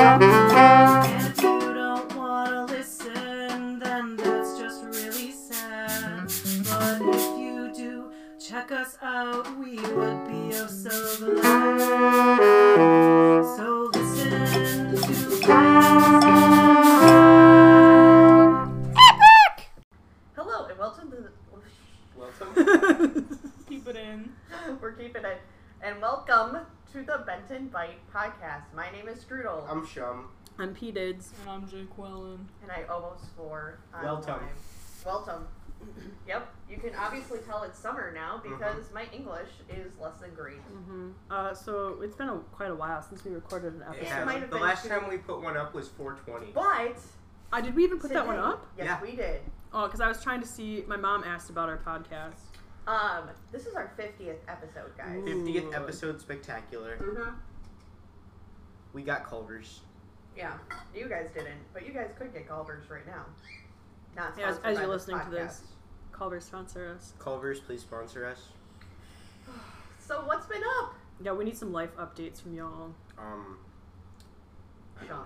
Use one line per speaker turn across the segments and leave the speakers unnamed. And if you don't wanna listen, then that's just really sad. But if you do, check us out. We would be oh so glad. So listen to us.
Hello and welcome to the.
Welcome.
Keep it in.
We're keeping it. And welcome to the Benton Bite podcast. My name is Strudel,
I'm Shum.
I'm P Dids.
And I'm Jake Wellen.
and I almost swore. on
Welcome.
time. Welcome. yep. You can obviously tell it's summer
Uh-huh.
now because my English is less than great.
hmm Uh, so it's been a, quite a while since we recorded an episode.
Yeah.
Yeah,
might have
the
been
last
two.
time we put one up was 420.
But
Uh, did we even put that one
today-
up?
Yes,
Yeah.
we did.
Oh, because I was trying to see. My mom asked about our podcast.
Um, this is our fiftieth episode, guys.
Ooh.
50th episode spectacular.
Mm-hmm.
We got Culver's.
Yeah. You guys didn't, but you guys could get Culver's right now. Not
Yeah, as-
sponsored
as
by
you're
this
listening to this.
podcast.
Culver sponsor us.
Culver's, please sponsor us.
So what's been up?
Yeah, we need some life updates from y'all.
Um, I don't
Shum.
know.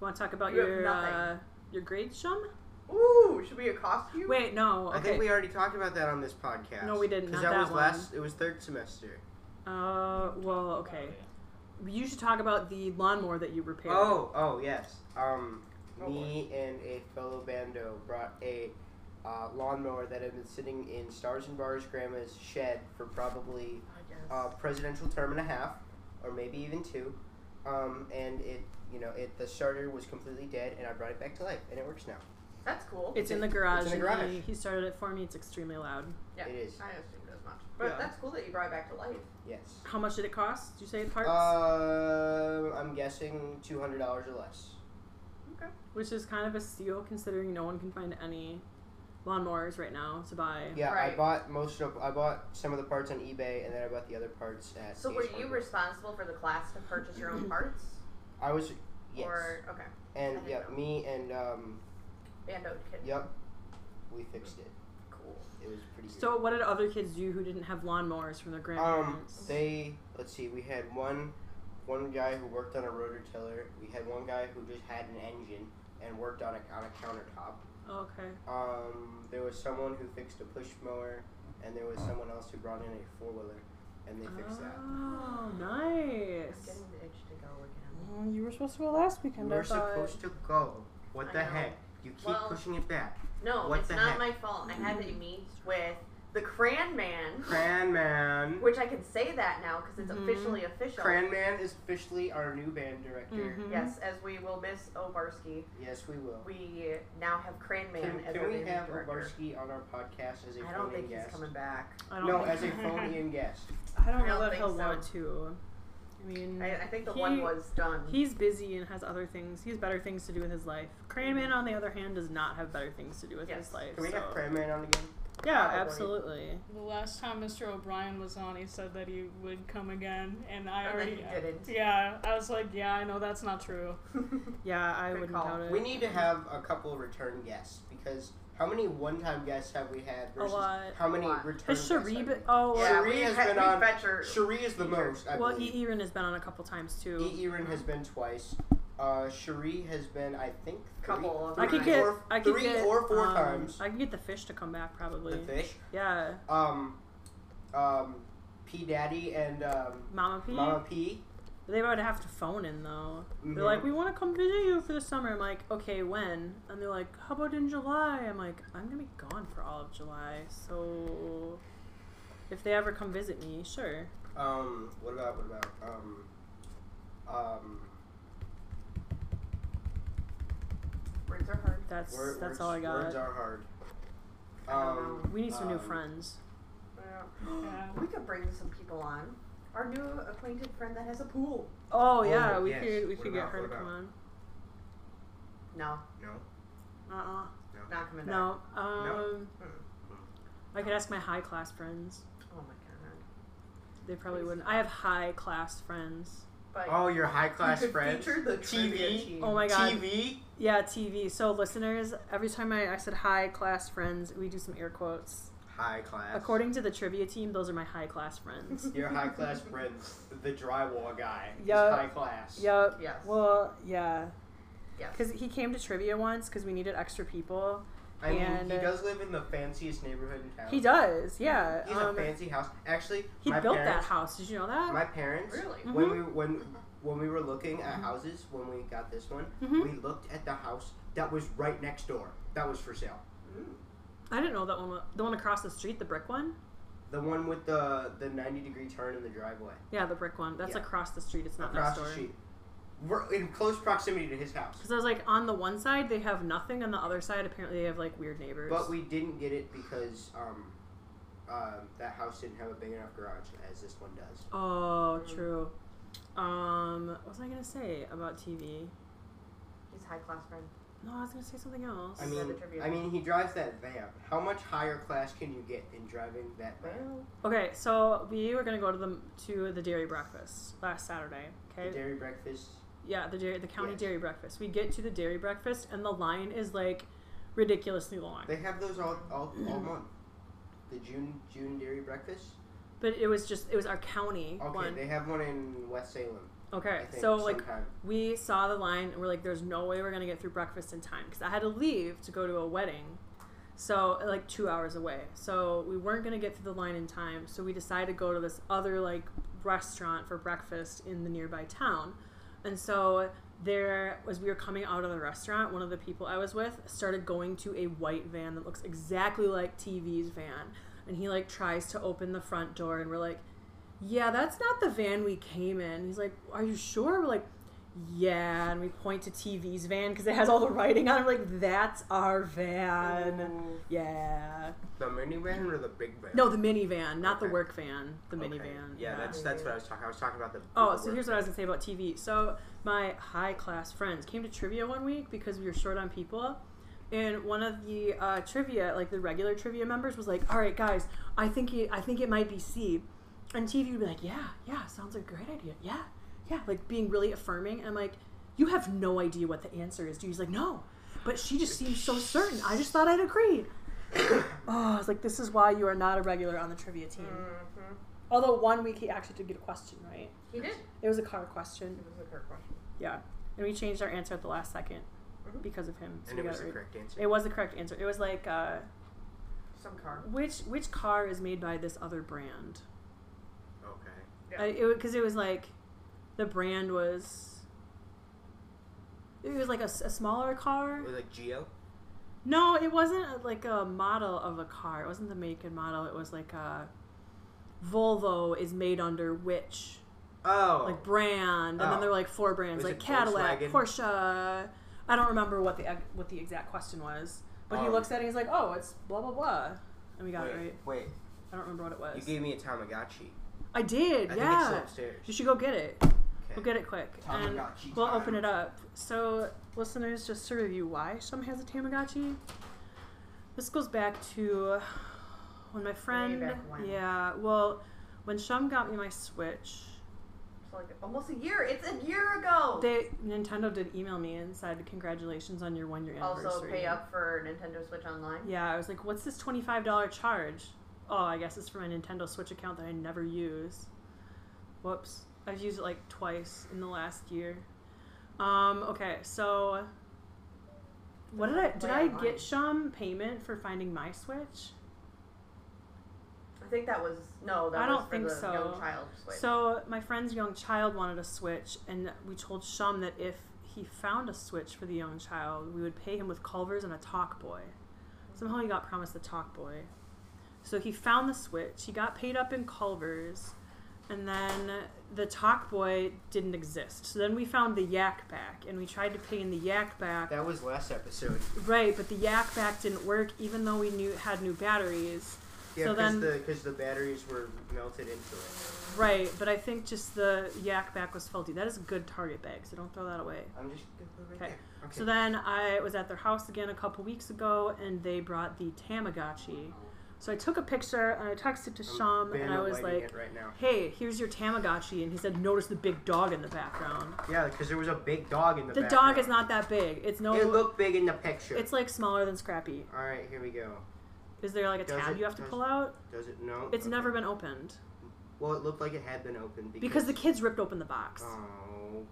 Want to talk about
You have
your
nothing.
uh, your grades, Shum?
Ooh, should we accost you?
Wait, no. Okay.
I think we already talked about that on this podcast.
No, we didn't.
Because
Not
that,
that
was
one.
last. It was third semester.
Uh, well, okay. You should talk about the lawnmower that you repaired.
Oh, oh yes. Um,
Oh,
me and a fellow bando brought a uh, lawnmower that had been sitting in Stars and Bars Grandma's shed for probably
I guess.
uh, presidential term and a half, or maybe even two. Um, and it, you know, it the starter was completely dead, and I brought it back to life, and it works now.
That's cool.
It's in the
It's in
garage.
the
and
garage.
He, he started it for me. It's extremely loud.
Yeah.
It is
I assumed as much. But
Yeah.
that's cool that you brought it back to life.
yes.
How much did it cost? Did you say parts?
Uh, Um, I'm guessing two hundred dollars or less.
Okay.
Which is kind of a steal considering no one can find any lawnmowers right now to buy.
Yeah, I
Right.
bought most of. I bought some of the parts on eBay, and then I bought the other parts at.
So
Ace
were you
Hardware.
responsible for the class to purchase your own parts?
I was. Yes.
Or okay.
and
I didn't
yeah,
know.
me and um,
Bando kid.
yep, we fixed it.
Cool.
It was pretty. good.
So what did other kids do who didn't have lawnmowers from their
Um,
grandparents?
they let's see. We had one, one guy who worked on a rotor tiller. We had one guy who just had an engine and worked on a on a countertop.
okay.
Um, there was someone who fixed a push mower, and there was someone else who brought in a four wheeler, and they fixed that.
Ah.
Oh,
I'm
nice.
getting the itch to go again.
Oh, you were supposed to go last weekend. I thought.
to go. What
I know.
You keep
Well-
it back.
No,
What
it's
the
not
heck?
my fault. I had a meet with the Cran Man,
Cran Man.
which I can say that now because it's
Mhm.
officially official.
Cran Man is officially our new band director.
Mhm.
Yes, as we will miss Obarski,
Yes, we will.
we now have Cran Man
Can,
as
can
our
we
band
have
director.
Obarski on our podcast as a
I don't
phone-in
think he's
guest?
coming back.
I don't.
No,
think,
as a phone-in guest.
I don't
I
know
don't
that
think
he'll
so.
want to. I mean,
I, I think the
He-
one was done.
he's busy and has other things. He has better things to do with his life. Cranman, on the other hand, does not have better things to do with
Yes.
his life.
Can we have
so-
Cran Man on again?
Yeah,
Probably.
absolutely.
The last time Mr. O'Brien was on, he said that he would come again, and I
And then
already
he didn't.
Yeah, I was like, yeah, I know that's not true.
Yeah, I
Good
wouldn't
call.
doubt it.
We need to have a couple return guests because how many one-time guests have we had?
A
Versus
lot.
How many
A lot.
return? guests
Has
have we
Sharib?
had?
Oh,
yeah,
Cherie
we
has
had-
been
we
on-
fetch her-
Cherie is the most. I
well,
believe.
E. Erin has been on a couple times too.
E. Erin has been twice. Uh, Cherie has been, I think, three-
Couple of
I could
Three
get
or,
I could
three
get
or four
um,
times.
I could get the fish to come back probably.
the fish.
Yeah,
Um, um, P. Daddy and um,
Mama P.
Mama P.
They would have to phone in though.
Mhm.
They're like, we want to come visit you for the summer. I'm like, okay, when? And they're like, how about in July? I'm like, I'm gonna be gone for all of July, so if they ever come visit me, sure.
Um, what about what about um, um,
Words are hard.
That's
wor-
that's
words,
all I
Words
got.
are hard.
I don't know.
We need some new
um,
friends.
Yeah.
We could bring some people on. Our new acquainted friend that has a pool.
Oh yeah,
Oh,
we
yes.
could we
What
could
about-
get her
what
to come on.
No,
No.
Uh uh
not coming back.
No. Um,
Mm.
I could ask my high class friends.
Oh my god.
They probably wouldn't. I have high class friends.
But
Oh, your high
you
class
could
friends.
feature the trivia
TV.
team.
Oh my god.
TV.
Yeah, TV. So listeners, every time I, I said high class friends, we do some air quotes.
high class.
According to the trivia team, those are my high class friends.
your high class friends, the drywall guy, is
Yeah.
high class.
yep.
Yes.
Well, yeah.
Yes.
Because he came to trivia once because we needed extra people.
I mean,
And- uh,
he does live in the fanciest neighborhood in town.
He does, yeah.
He's a
um,
fancy house. Actually,
he
my
built that
parents,
house. Mm-hmm. Did you know that?
My parents,
Really?
when we when when we were looking
Mm-hmm.
at houses when we got this one,
Mhm.
we looked at the house that was right next door. That was for sale.
Mm.
I didn't know that one. wa- The one across the street, the brick one.
The one with the the ninety degree turn in the driveway.
Yeah, the brick one. That's
Yeah.
across the street. It's not
across
next
the
door.
street. We're in close proximity to his house.
Because I was like, on the one side they have nothing, on the other side apparently they have like weird neighbors.
But we didn't get it because um, um, that house didn't have a big enough garage as this one does.
oh, true. Um, what was I gonna say about TV?
He's high class friend.
No, I was gonna say something else.
I
Is that
mean,
a trivia?
I mean, he drives that van. How much higher class can you get in driving that van?
Well,
Okay, so we were gonna go to the to the dairy breakfast last Saturday. Okay.
The dairy breakfast.
yeah, the dairy, the county
Yes.
dairy breakfast. We get to the dairy breakfast and the line is like ridiculously long.
They have those all all, all
Mm-hmm.
month. The June June dairy breakfast.
But it was just it was our county
Okay,
one.
they have one in West Salem.
okay,
I think,
so like
sometime.
we saw the line and we're like there's no way we're gonna get through breakfast in time because i had to leave to go to a wedding so like two hours away so we weren't gonna get through the line in time so we decided to go to this other like restaurant for breakfast in the nearby town and so there as we were coming out of the restaurant one of the people i was with started going to a white van that looks exactly like tv's van and he like tries to open the front door and we're like yeah that's not the van we came in he's like are you sure we're like yeah and we point to tv's van because it has all the writing on it we're like that's our van yeah
the minivan or the big van.
um, no the minivan not the
Okay.
work van the
Okay.
minivan
Yeah, that's that's what I was talking. I was talking about the.
Oh,
the
so
work
here's what I was gonna say about TV. So my high class friends came to trivia one week because we were short on people, and one of the uh, trivia, like the regular trivia members, was like, "All right, guys, I think it, I think it might be C," and TV would be like, "Yeah, yeah, sounds like a great idea. Yeah, yeah," like being really affirming. And I'm like, "You have no idea what the answer is, do you?" He's like, "No." But she just seems so certain. I just thought I'd agree. oh, I was like, this is why you are not a regular on the trivia team.
mhm.
Although one week he actually did get a question right.
He did.
It was a car question.
It was a Kirk question.
Yeah. And we changed our answer at the last 2nd
Mhm.
because of him.
Mm-hmm.
So
And
we
it
got
was
it
the
right.
correct answer.
It was the correct answer. It was like uh,
Some car.
which which car is made by this other brand?
okay.
Yeah.
I, it because it was like the brand was it was like a, s- a smaller car.
Was it like Geo?
No, it wasn't uh, like a model of a car. It wasn't the make and model. It was like a Volvo is made under which
Oh.
like brand, and then
Oh.
there were like four brands,
Was
like
it
Cadillac,
Volkswagen?
Porsche. I don't remember what the ex- what the exact question was, but he
Um,
looks at it, he's like, "Oh, it's blah blah blah," and we got
wait,
it right.
Wait,
I don't remember what it
you
was.
gave me a Tamagotchi.
I did,
I think it's still
yeah.
upstairs.
You should go get it.
Okay.
We'll get it quick, and
Tamagotchi
we'll
time.
open it up. So, listeners, just to review why Shum has a Tamagotchi. This goes back to when my friend,
back when.
yeah, well, when Shum got me my Switch.
So like almost a year. It's a year ago.
They Nintendo did email me and said congratulations on your one year anniversary.
also pay up for Nintendo Switch Online.
Yeah, I was like, what's this twenty five dollar charge? Oh, I guess it's for my Nintendo Switch account that I never use. Whoops, I've used it like twice in the last year. Um, okay, so what did I did
Play
I
online.
get Shum payment for finding my Switch?
I think that was no. That
I
was
don't
for
think
the
so.
Young child Switch.
So my friend's young child wanted a Switch, and we told Shum that if he found a Switch for the young child, we would pay him with Culver's and a Talk Boy. Somehow he got promised the Talk Boy. So he found the Switch. He got paid up in Culver's, and then the Talk Boy didn't exist. So then we found the Yak Back, and we tried to pay in the Yak Back.
That was last episode.
Right, but the Yak Back didn't work, even though we knew had new batteries.
Yeah,
So
because
then-
the because the batteries were melted into it.
Right, but I think just the yak back was faulty. That is a good target bag, so don't throw that away.
I'm just gonna put it right
Okay.
there. Okay.
So then I was at their house again a couple weeks ago, and they brought the Tamagotchi. So I took a picture and I texted to
I'm
Shum, and I was
bandolighting
like,
it right now.
"Hey, here's your Tamagotchi," and he said, "Notice the big dog in the background.
Yeah, because there was a big dog in the.
The
background.
dog is not that big. It's no,
It looked big in the picture.
it's like smaller than Scrappy.
All right, here we go.
Is there like a
Does
tab
it-
you have to
does-
pull out?
Does it? No.
It's
Okay.
never been opened
Well, it looked like it had been opened because,
because the kids ripped open the box.
Oh.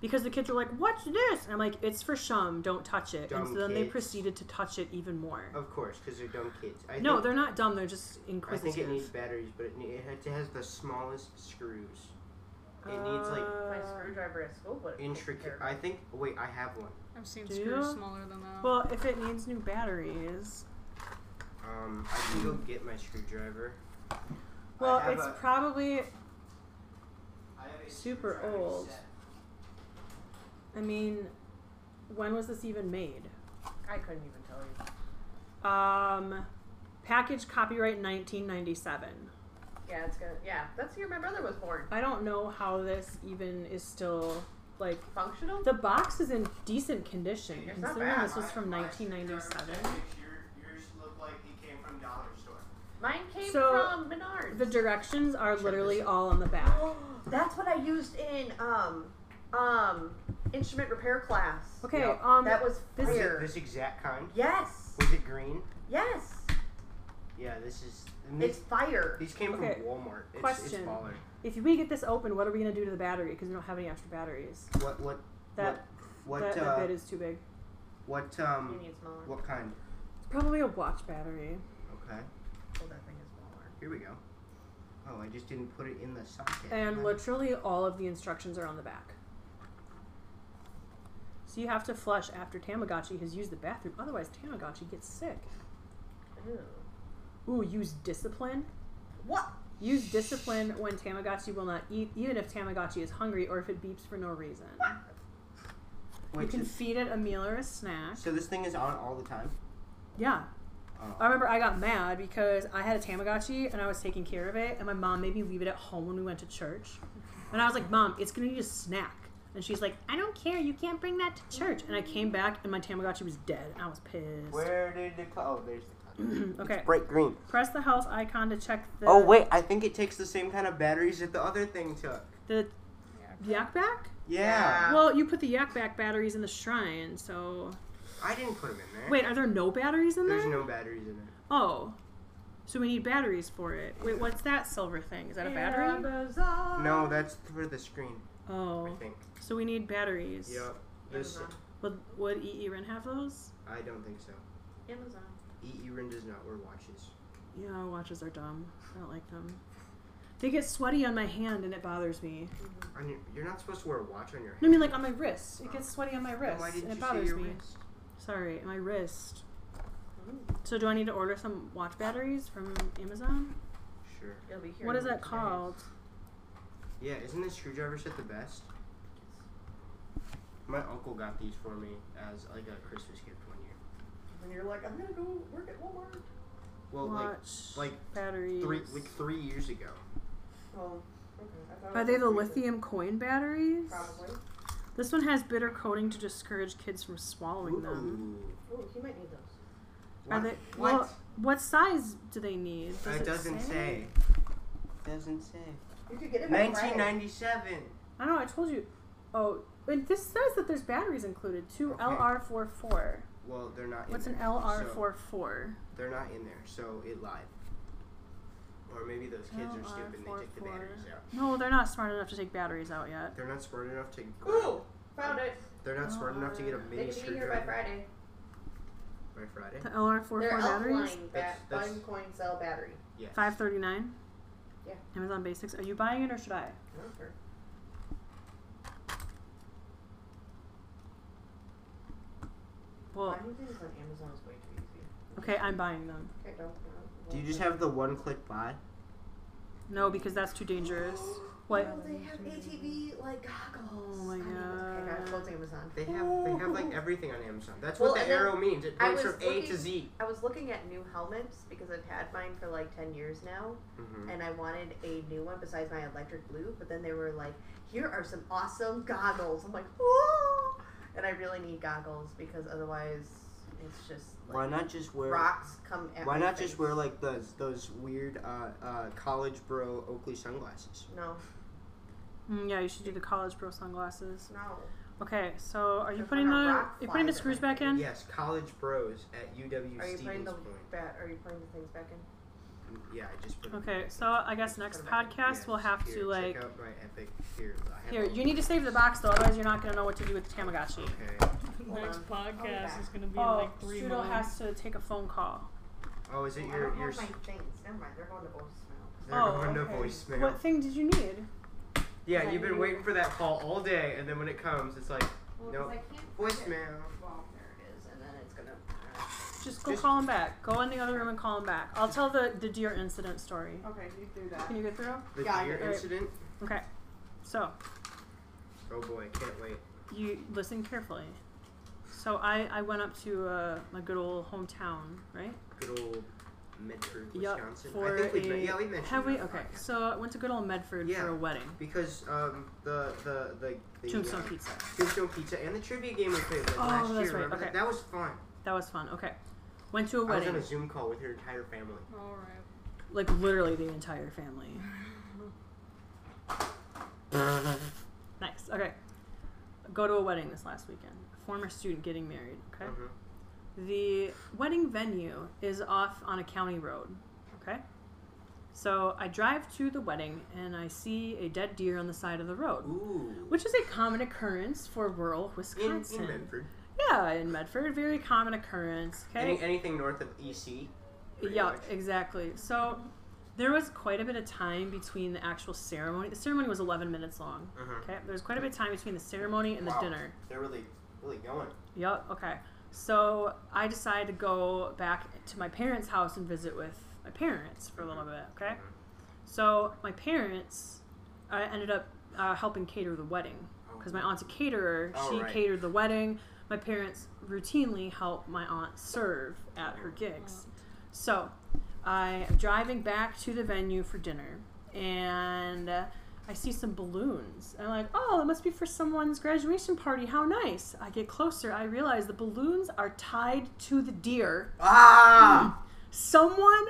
Because the kids were like, "What's this?" And I'm like, "It's for Shum. Don't touch it."
Dumb
and so then they
kids.
proceeded to touch it even more.
Of course, because they're dumb kids. I
no,
think,
they're not dumb. They're just
I
inquisitive.
think it needs batteries, but it, ne- it ha- it has the smallest screws. it needs, like,
My
Uh,
screwdriver at school would
Intricate. I think. Wait, I have one.
I've seen
Do
screws
you?
smaller than that.
Well, if it needs new batteries,
Um, I can go get my screwdriver.
well,
I have
it's
a-
probably.
I have a
super
screwdriver
old.
set.
I mean, when was this even made?
I couldn't even tell you.
Um, package copyright 1997.
Yeah, it's gonna. Yeah, that's the year my brother was born.
I don't know how this even is still like.
Functional.
The box is in decent condition,
It's not
considering
bad.
this was from
My- my
1997.
screwdriver set, your- Yours look like it came from Dollar Store.
Mine came
So,
from Menards.
The directions are
Check
literally
this out.
all on the back.
that's what I used in um um instrument repair class.
Okay,
Yeah.
um,
that was
this-
Was it
fire.
this exact kind?
yes.
Was it green?
Yes.
Yeah, this is. and
It's
these-
fire.
these came
Okay.
from Walmart. It's,
Question.
it's smaller.
if we get this open, what are we gonna do to the battery? Because we don't have any extra batteries.
What? What?
That
What?
that,
uh,
that bit is too big.
what?
You
Um.
need smaller.
What kind?
It's probably a watch battery.
Okay.
Oh, that thing is smaller.
Here we go. Oh, I just didn't put it in the socket.
And
Um,
literally all of the instructions are on the back. So you have to flush after Tamagotchi has used the bathroom, otherwise Tamagotchi gets sick.
Ooh.
Ooh, use discipline.
What?
Use discipline when Tamagotchi will not eat, even if Tamagotchi is hungry or if it beeps for no reason.
Wait,
you can
so,
feed it a meal or a snack.
so this thing is on all the time.
Yeah.
Oh.
I remember I got mad because I had a Tamagotchi and I was taking care of it, and my mom made me leave it at home when we went to church. And I was like, Mom, it's gonna need a snack. And she's like, I don't care, you can't bring that to church. And I came back and my Tamagotchi was dead. I was pissed. Mm,
Where did the co- oh? There's the co-
okay,
bright green.
press the health icon to check the.
Oh wait, I think it takes the same kind of batteries that the other thing took.
The yak back?
Yeah,
Yeah.
Well, you put the yak back batteries in the shrine, so.
I didn't put them in there.
Wait, are there no batteries in
there's
there?
no batteries in it.
Oh. So we need batteries for it. Wait, what's that silver thing? Is that a battery?
No, that's for the screen. I
Oh.
think.
So we need batteries.
Yep. This
Amazon.
Would would E. E. Ren have those?
I don't think so.
Amazon.
E. Ren does not wear watches.
Yeah, watches are dumb. I don't like them. They get sweaty on my hand and it bothers me.
On your, you're not supposed to wear a watch on your.
No, I mean like on my wrist. It gets sweaty on my
Then
wrist
why didn't
and it
you say
bothers
your
me.
wrist?
Sorry, my wrist.
Ooh,
So do I need to order some watch batteries from Amazon?
Sure.
It'll be here.
What is
in
that
two
called?
Yeah, isn't this screwdriver set the best? My uncle got these for me as like a Christmas gift one year.
days. When you're like, I'm gonna go work at Walmart.
Well,
watch
like like
batteries.
three like three years ago.
Well, Oh, okay. I thought it
are
was
they the
recent.
lithium coin batteries?
Probably.
This one has bitter coating to discourage kids from swallowing them.
Ooh.
Ooh, he might need those.
Are
What?
they
what?
well what size do they need? Does
that doesn't
say?
say. Doesn't say.
You could get it. by Friday.
1997.
I know, I told you. Oh, and this says that there's batteries included. Two
Okay.
LR44.
Well, they're not.
What's
in
an
there, So
LR44?
they're not in there, so it lied. Or maybe those kids are stupid and they took the
LR44.
batteries out.
No, they're not smart enough to take batteries out yet.
They're not smart enough to.
Ooh, found it.
They're not smart enough to get a
They
They
mini
should be here by
screwdriver
Friday.
by Friday.
The LR44
They're
batteries?
alkaline
That's-
bat-
that's-
fine coin cell battery.
Yes.
539?
Yeah.
Amazon Basics. Are you buying it or should I?
Sure.
Well,
Buying things on Amazon is way too easy.
okay, I'm buying them.
I don't know.
Do you just have the one click buy?
No, because that's too dangerous. What?
Oh, they have ATV like goggles.
Oh my
I need those. Okay,
God.
guys, close Amazon.
They have they have like everything on Amazon. That's
Well,
what the
and then
arrow means. It
I
points
was
from A
looking-
to Z.
I was looking at new helmets because I've had mine for like 10 years now,
Mm-hmm.
and I wanted a new one besides my electric blue. But then they were like, "Here are some awesome goggles." I'm like, "Whoa!" And I really need goggles because otherwise, it's just like,
Why not just wear?
rocks come. At
Why
my
not just
face.
wear like those those weird uh, uh, college bro Oakley sunglasses?
No,
Mm, yeah, you should do the college bro sunglasses.
no.
Okay, so are you
There's
putting
like a
the
rock
you putting the
slide
screws
right
back in?
Yes, college bros at UW
Are you putting
Stevens
the
Point. Mm,
bat? Are you putting the things back in?
Yeah, I just put it
Okay,
back.
so I guess next podcast
Yes,
we'll have
here,
to like
check out my epic here. I have
here.
all-
You need to save the box though, otherwise you're not gonna know what to do with the Tamagotchi.
Okay.
Hold
Next
on. I'll be
podcast
back.
is gonna be
Oh,
like three
Pseudo has
months.
to take a phone call.
Oh, is it
I
your
don't
your?
have
s-
my things. Never mind. They're going to voicemail.
They're
oh,
going
okay.
to voicemail.
What thing did you need?
Yeah,
Yeah,
you've been
you-
waiting for that call all day, and then when it comes, it's like
Well,
Nope.
'cause I can't find it.
voicemail.
Well, there it is, and then it's gonna.
Just go
Just-
call him back. Go in the other room and call him back. I'll tell the the deer incident story.
Okay, you do that.
Can you get through?
The
Yeah, I
deer
get it.
incident.
Okay, so
Oh boy, can't wait.
you listen carefully. So I I went up to uh, my good old hometown, right?
Good old Medford,
Yup,
Wisconsin.
for
I think we
a-
yeah we mentioned
Have
it
we?
on the
Okay,
podcast.
so I went to good old Medford
Yeah.
for a wedding.
because um the the the, the
Tombstone
uh,
Pizza.
Tombstone Pizza and the trivia game we played like,
Oh,
last
that's
year.
right,
remember?
okay.
That was fun.
That was fun. Okay. Went to a
I was
wedding.
on a Zoom call with her entire family.
All right.
Like literally the entire family. Nice. Okay. Go to a wedding this last weekend. Former student getting married. Okay.
Mhm.
The wedding venue is off on a county road. Okay. So I drive to the wedding and I see a dead deer on the side of the road,
Ooh.
which is a common occurrence for rural
in,
Wisconsin.
in Medford.
Yeah, in Medford, very common occurrence. Okay.
Any, anything north of EC. pretty
Yeah,
much.
exactly. So there was quite a bit of time between the actual ceremony. The ceremony was 11 minutes long.
Mhm.
Okay. There was quite a bit of time between the ceremony and the
Wow.
dinner.
They're really really going.
Yep. Okay. So I decided to go back to my parents' house and visit with my parents for a little bit. Okay.
Mhm.
So my parents, I ended up uh, helping cater the wedding
Mm-hmm.
because my aunt's a caterer.
Oh,
she
right.
catered the wedding. My parents routinely help my aunt serve at her gigs. So I am driving back to the venue for dinner and uh, I see some balloons. I'm like, oh, it must be for someone's graduation party. How nice. I get closer. I realize the balloons are tied to the deer. Hmm.
Ah!
Someone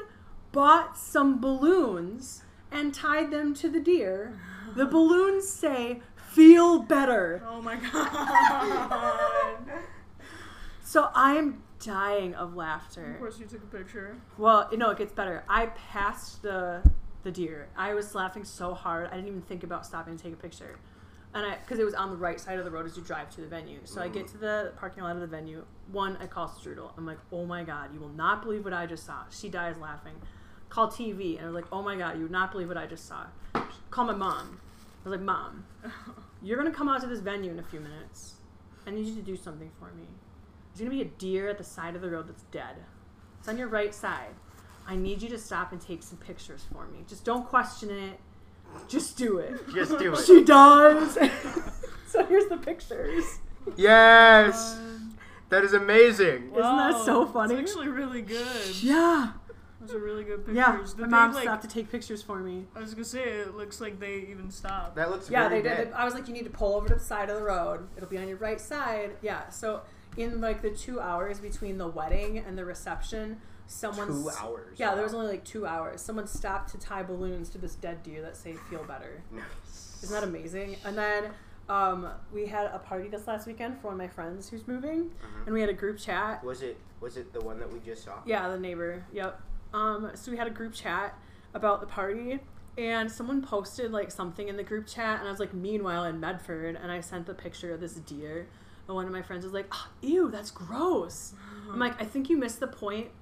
bought some balloons and tied them to the deer. The balloons say, feel better.
Oh my god.
So I am dying of
of
laughter.
course, you took a picture.
Well, no, it gets better. I passed the the deer. I was laughing so hard, I didn't even think about stopping to take a picture. And I, because it was on the right side of the road as you drive to the venue. So I get to the parking lot of the venue. One, I call Strudel. I'm like, oh my God, you will not believe what I just saw. She dies laughing. Call TV. And I was like, oh my God, you would not believe what I just saw. Call my mom. I was like, mom, you're going to come out to this venue in a few minutes. I need you to do something for me. There's going to be a deer at the side of the road that's dead. It's on your right side. I need you to stop and take some pictures for me. Just don't question it. Just do it.
Just do it.
She does. so here's the pictures.
yes!
Um,
That is amazing.
Isn't that
Wow,
so
it's
funny?
actually really good.
Yeah.
Those are really good pictures.
Yeah.
Did
My
they,
mom
like-
stopped to take pictures for me.
I was gonna say it looks like they even stopped.
That looks
Yeah,
very
they did.
dead.
I was like, you need to pull over to the side of the road. It'll be on your right side. Yeah. So in like the two hours between the wedding and the reception, someone
Two
s-
hours.
um, Yeah, there was only like two hours. Someone stopped to tie balloons to this dead deer that say "Feel Better."
Nice.
Isn't that amazing? And then um, we had a party this last weekend for one of my friends who's moving,
Mhm.
and we had a group chat.
Was it was it the one that we just saw?
Yeah, the neighbor. Yep. Um, so we had a group chat about the party, and someone posted like something in the group chat, and I was like, "Meanwhile, in Medford," and I sent the picture of this deer, and one of my friends was like, "Ah, "Ew, that's gross." I'm like, "I think you missed the point.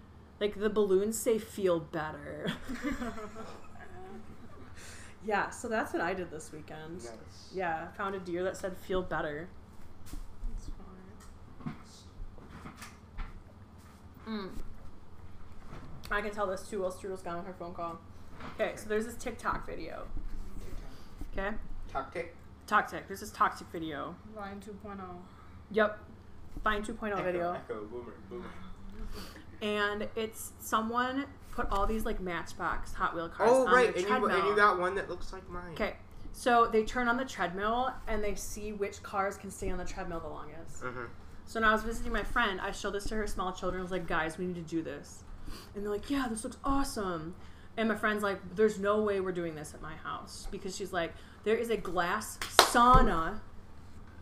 Like the balloons say feel better." yeah, so that's what I did this weekend.
Nice.
Yeah, I found a deer that said feel better.
That's fine.
I can tell this too while Strudel's gone on her phone call. Okay, so there's this TikTok video. Okay?
Tactic.
Toctic. There's this Toctic video.
Line oh. 2.0.
Yep. Fine 2.0
Echo,
video.
Echo. Boomer. Boomer.
And it's someone put all these like Matchbox Hot Wheel cars
Oh
on
right,
their
and you,
treadmill.
and you got one that looks like mine.
okay, so they turn on the treadmill and they see which cars can stay on the treadmill the longest.
Mhm.
So when I was visiting my friend, I showed this to her small children. I was like, guys, we need to do this. And they're like, yeah, this looks awesome. And my friend's like, there's no way we're doing this at my house because she's like, there is a glass sauna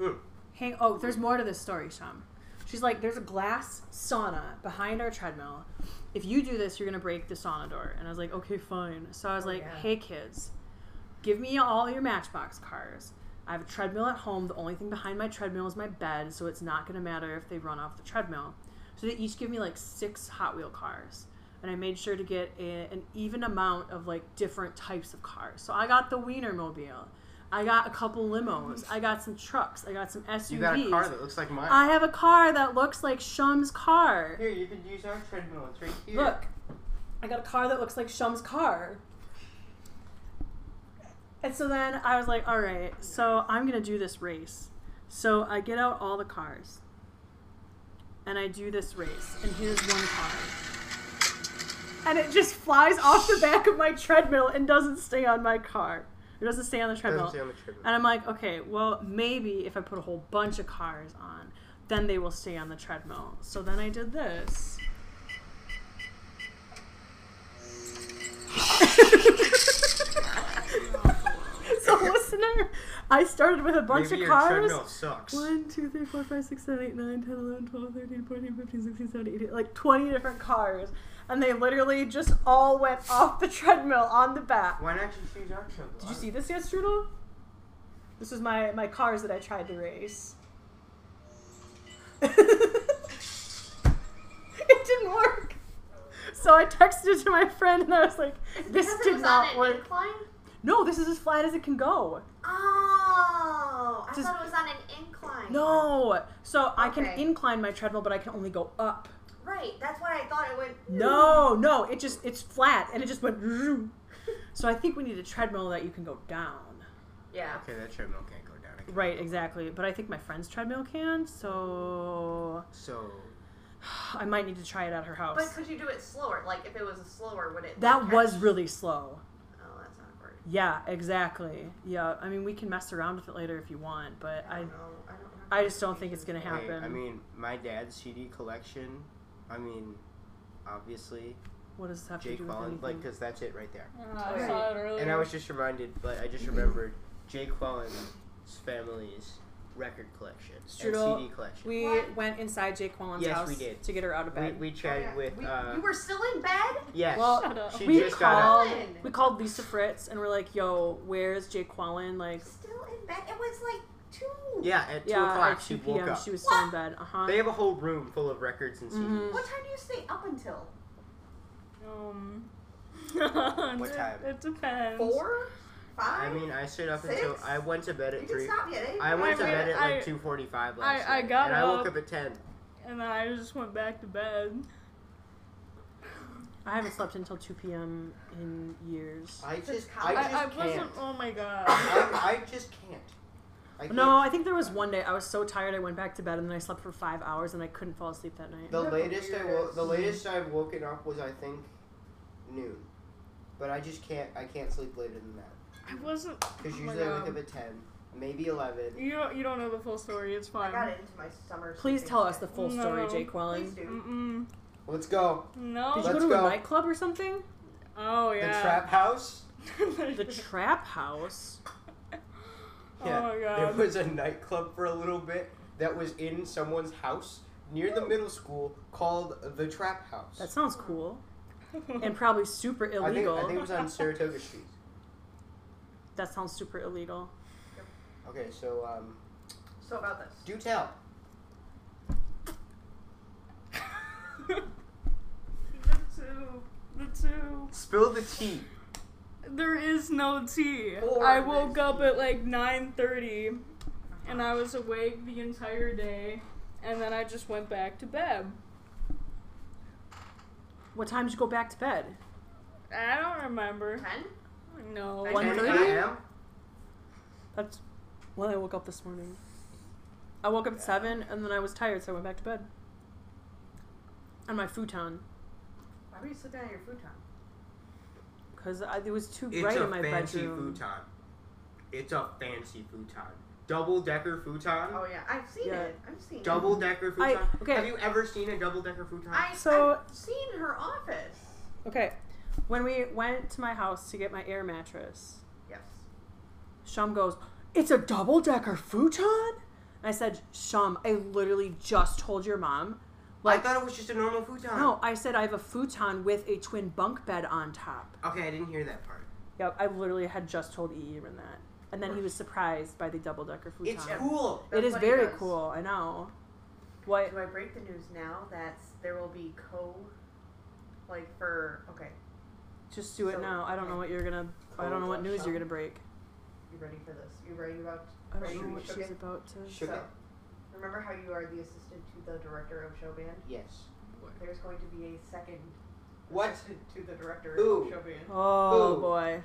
Mm.
hang. Oh, there's more to this story, Sham. She's like, there's a glass sauna behind our treadmill. If you do this, you're gonna break the sauna door. And I was like, okay, fine. So I was
Oh,
like,
yeah.
hey kids, give me all your Matchbox cars. I have a treadmill at home. The only thing behind my treadmill is my bed, so it's not gonna matter if they run off the treadmill. So they each give me like six Hot Wheel cars. And I made sure to get a, an even amount of like different types of cars. So I got the Wiener Mobile. I got a couple limos. I got some trucks. I got some SUVs.
You got a car that looks like mine.
I have a car that looks like Shum's car.
Here, you could use our treadmill. It's right here.
Look, I got a car that looks like Shum's car. And so then I was like, all right, so I'm going to do this race. So I get out all the cars and I do this race. And here's one car. And it just flies off the back of my treadmill and doesn't stay on my car. It doesn't stay on the
Doesn't
treadmill.
say on the treadmill.
And I'm like, okay, well, maybe if I put a whole bunch of cars on, then they will stay on the treadmill. So then I did this. so listener, I started with a bunch
Maybe your
of cars.
treadmill sucks.
1, 2, 3, 4, 5, 6, 7, 8, 9, 10, 11, 12, 13, 14, 15, 16, 17, 18, like 20 different cars. And they literally just all went off the treadmill on the back.
Why not just use our treadmill?
Did you see this yet, Strudel? This was my, my cars that I tried to race. it didn't work. So I texted it to my friend and I was like, this
Because it
did
was on
not
an
work.
Incline?
No, this is as flat as it can go.
Oh, I
Does-
thought it was on an incline.
No. So I can
Okay.
incline my treadmill, but I can only go up.
Right, that's why I thought it went.
No, no, it just it's flat and it just went. vroom. So I think we need a treadmill that you can go down.
Yeah.
Okay, that treadmill can't go down. Again.
Right, exactly. But I think my friend's treadmill can, so
So
I might need to try it at her house.
But could you do it slower? Like, if it was slower, would it.
that
like,
was
catch-
really slow.
Oh, that's awkward.
Yeah, exactly. Yeah, I mean we can mess around with it later if you want, but
I
I
don't know. I don't remember
I just don't think it's gonna
using
happen.
Hey, I mean, my dad's CD collection. I mean, obviously
what does this have to
Jake
do with
Quellen,
anything?
like, cause that's it right there.
I don't know, I saw it earlier.
And I was just reminded, like, I just remembered Jake Quellen's family's record collection
Strudel,
and CD collection.
we
What?
went inside Jake Quallen's
Yes,
house
we did.
to get her out of
We,
bed.
we
Oh,
chatted
yeah.
with.
We-
uh,
you were still in bed?
yes,
Well,
Shut up.
she
we
just got out.
called-
Ellen!
Um, We called Lisa Fritz and we're like, "Yo, where's Jake Quallen? Like,
Still in bed? It was like two.
Yeah, at two
yeah,
o'clock
at
she
2
woke
p.m.
up.
She was still in
What?
bed. Uh huh.
They have a whole room full of records and CDs.
Mhm.
What time do you stay up until?
Um,
What time?
It depends.
Four?
I
Five?
mean, I stayed up until
Six?
I went to bed
you
at three.
didn't stop yet, eh?
I went to
mean,
bed at
I-
like two forty-five last
I- I
night,
got
and I woke
up-
up at ten.
And then I just went back to bed.
I haven't slept until 2 p.m. in years.
I
This
just,
cow-
I
I,
just
I,
can't.
wasn't. Oh my god.
I, I just can't. I can't.
No, I think there was one day I was so tired I went back to bed and then I slept for five hours and I couldn't fall asleep that night.
The
You're the
latest I woke, the
weirdest.
latest I've woken up was I think noon, but I just can't. I can't sleep later than that
I wasn't.
because
Oh my
usually I wake
God.
up at ten, maybe eleven.
You don't, you don't know the full story. It's
I
fine.
got it into my summer.
Please
sleeping
tell us the Mm.
schedule.
full story,
No.
Jake
Please
Welling.
do.
Mm-mm.
Let's go.
No.
Did you
Let's
go to
go.
a nightclub or something?
oh yeah.
The trap house.
The trap house.
Oh my
There
god.
was a nightclub for a little bit that was in someone's house near the middle school called the Trap House.
That sounds cool and probably super
I think,
illegal.
I think it was on Saratoga Street.
That sounds super illegal.
Okay, so um,
So about this.
do tell.
the two. The two.
Spill the tea.
There is no tea.
Or
I
the
woke up
tea.
at like 9:30 and I was awake the entire day and then I just went back to bed.
What time did you go back to bed?
I don't remember.
Ten?
No.
I
One
did.
10
thirty?
a.m.?
That's when I woke up this morning. I woke up at seven and then I was tired, so I went back to bed. On my futon,
Why would you sit down on your futon?
because it was too
It's
bright
a
in my
fancy
bedroom.
futon. It's a fancy futon. Double decker futon.
Oh yeah, I've seen
Yeah.
it. I've seen it.
Mm. Double decker
I-
futon.
okay.
Have you ever seen a double decker futon?
I,
So-
I've seen her office.
Okay, when we went to my house to get my air mattress,
Yes.
Shum goes, "It's a double decker futon." And I said, Shum, I literally just told your mom.
I
Like,
thought it was just a normal futon.
Uh-huh.
no, I said I have a futon with a twin bunk bed on top.
Okay, I didn't hear that part.
Yep, I literally had just told E even that. And then he was surprised by the double decker futon.
It's cool.
It
That's
is
what he
very
does.
cool, I know. What?
Do I break the news now that there will be co, like for okay,
Just do it
So- uh,
now. I don't know what you're gonna. I don't know what news you're gonna break.
you ready for this? You ready about?
I
Are
don't
you
know what
shook
she's
it?
about to.
Shook
so,
it.
remember how you are the assistant to the director of show band?
Yes.
There's going to be a second
What?
assistant to the director
Who?
of show band.
Oh
Ooh.
boy.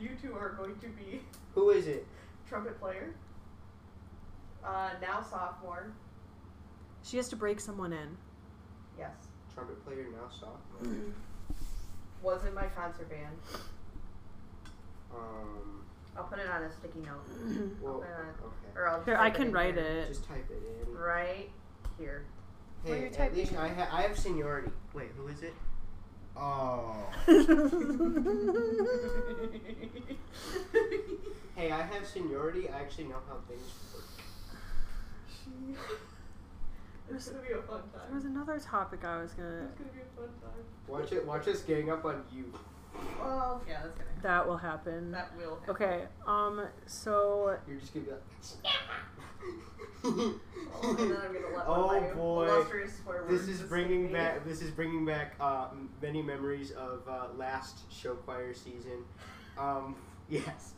You two are going to be
Who is it?
trumpet player, uh, now sophomore.
She has to break someone in.
Yes,
Trumpet player now sophomore.
Mm-hmm.
was in my concert band.
um.
I'll put it on a sticky note,
Mm-hmm.
Uh,
Well, okay.
or I'll just
Here, I
type
can
in
write
here.
it.
Just type it in.
right here.
Well,
Hey,
you're
at
typing
least
it.
I, ha- I have seniority. Wait, who is it? Oh. Hey, I have seniority. I actually know how things work.
This is gonna be a fun time.
there was another topic I was gonna.
It's gonna be a fun time.
Watch it. Watch us gang up on you.
Well, yeah, that's gonna happen.
That will happen.
That will happen.
Okay. Um. So
You're just gonna be like.
Oh, and then I'm gonna let
Oh,
one of my
boy.
illustrious swear
This
words
is
escape
bringing
me.
back. This is bringing back uh, m- many memories of uh, last show choir season. Um, yes.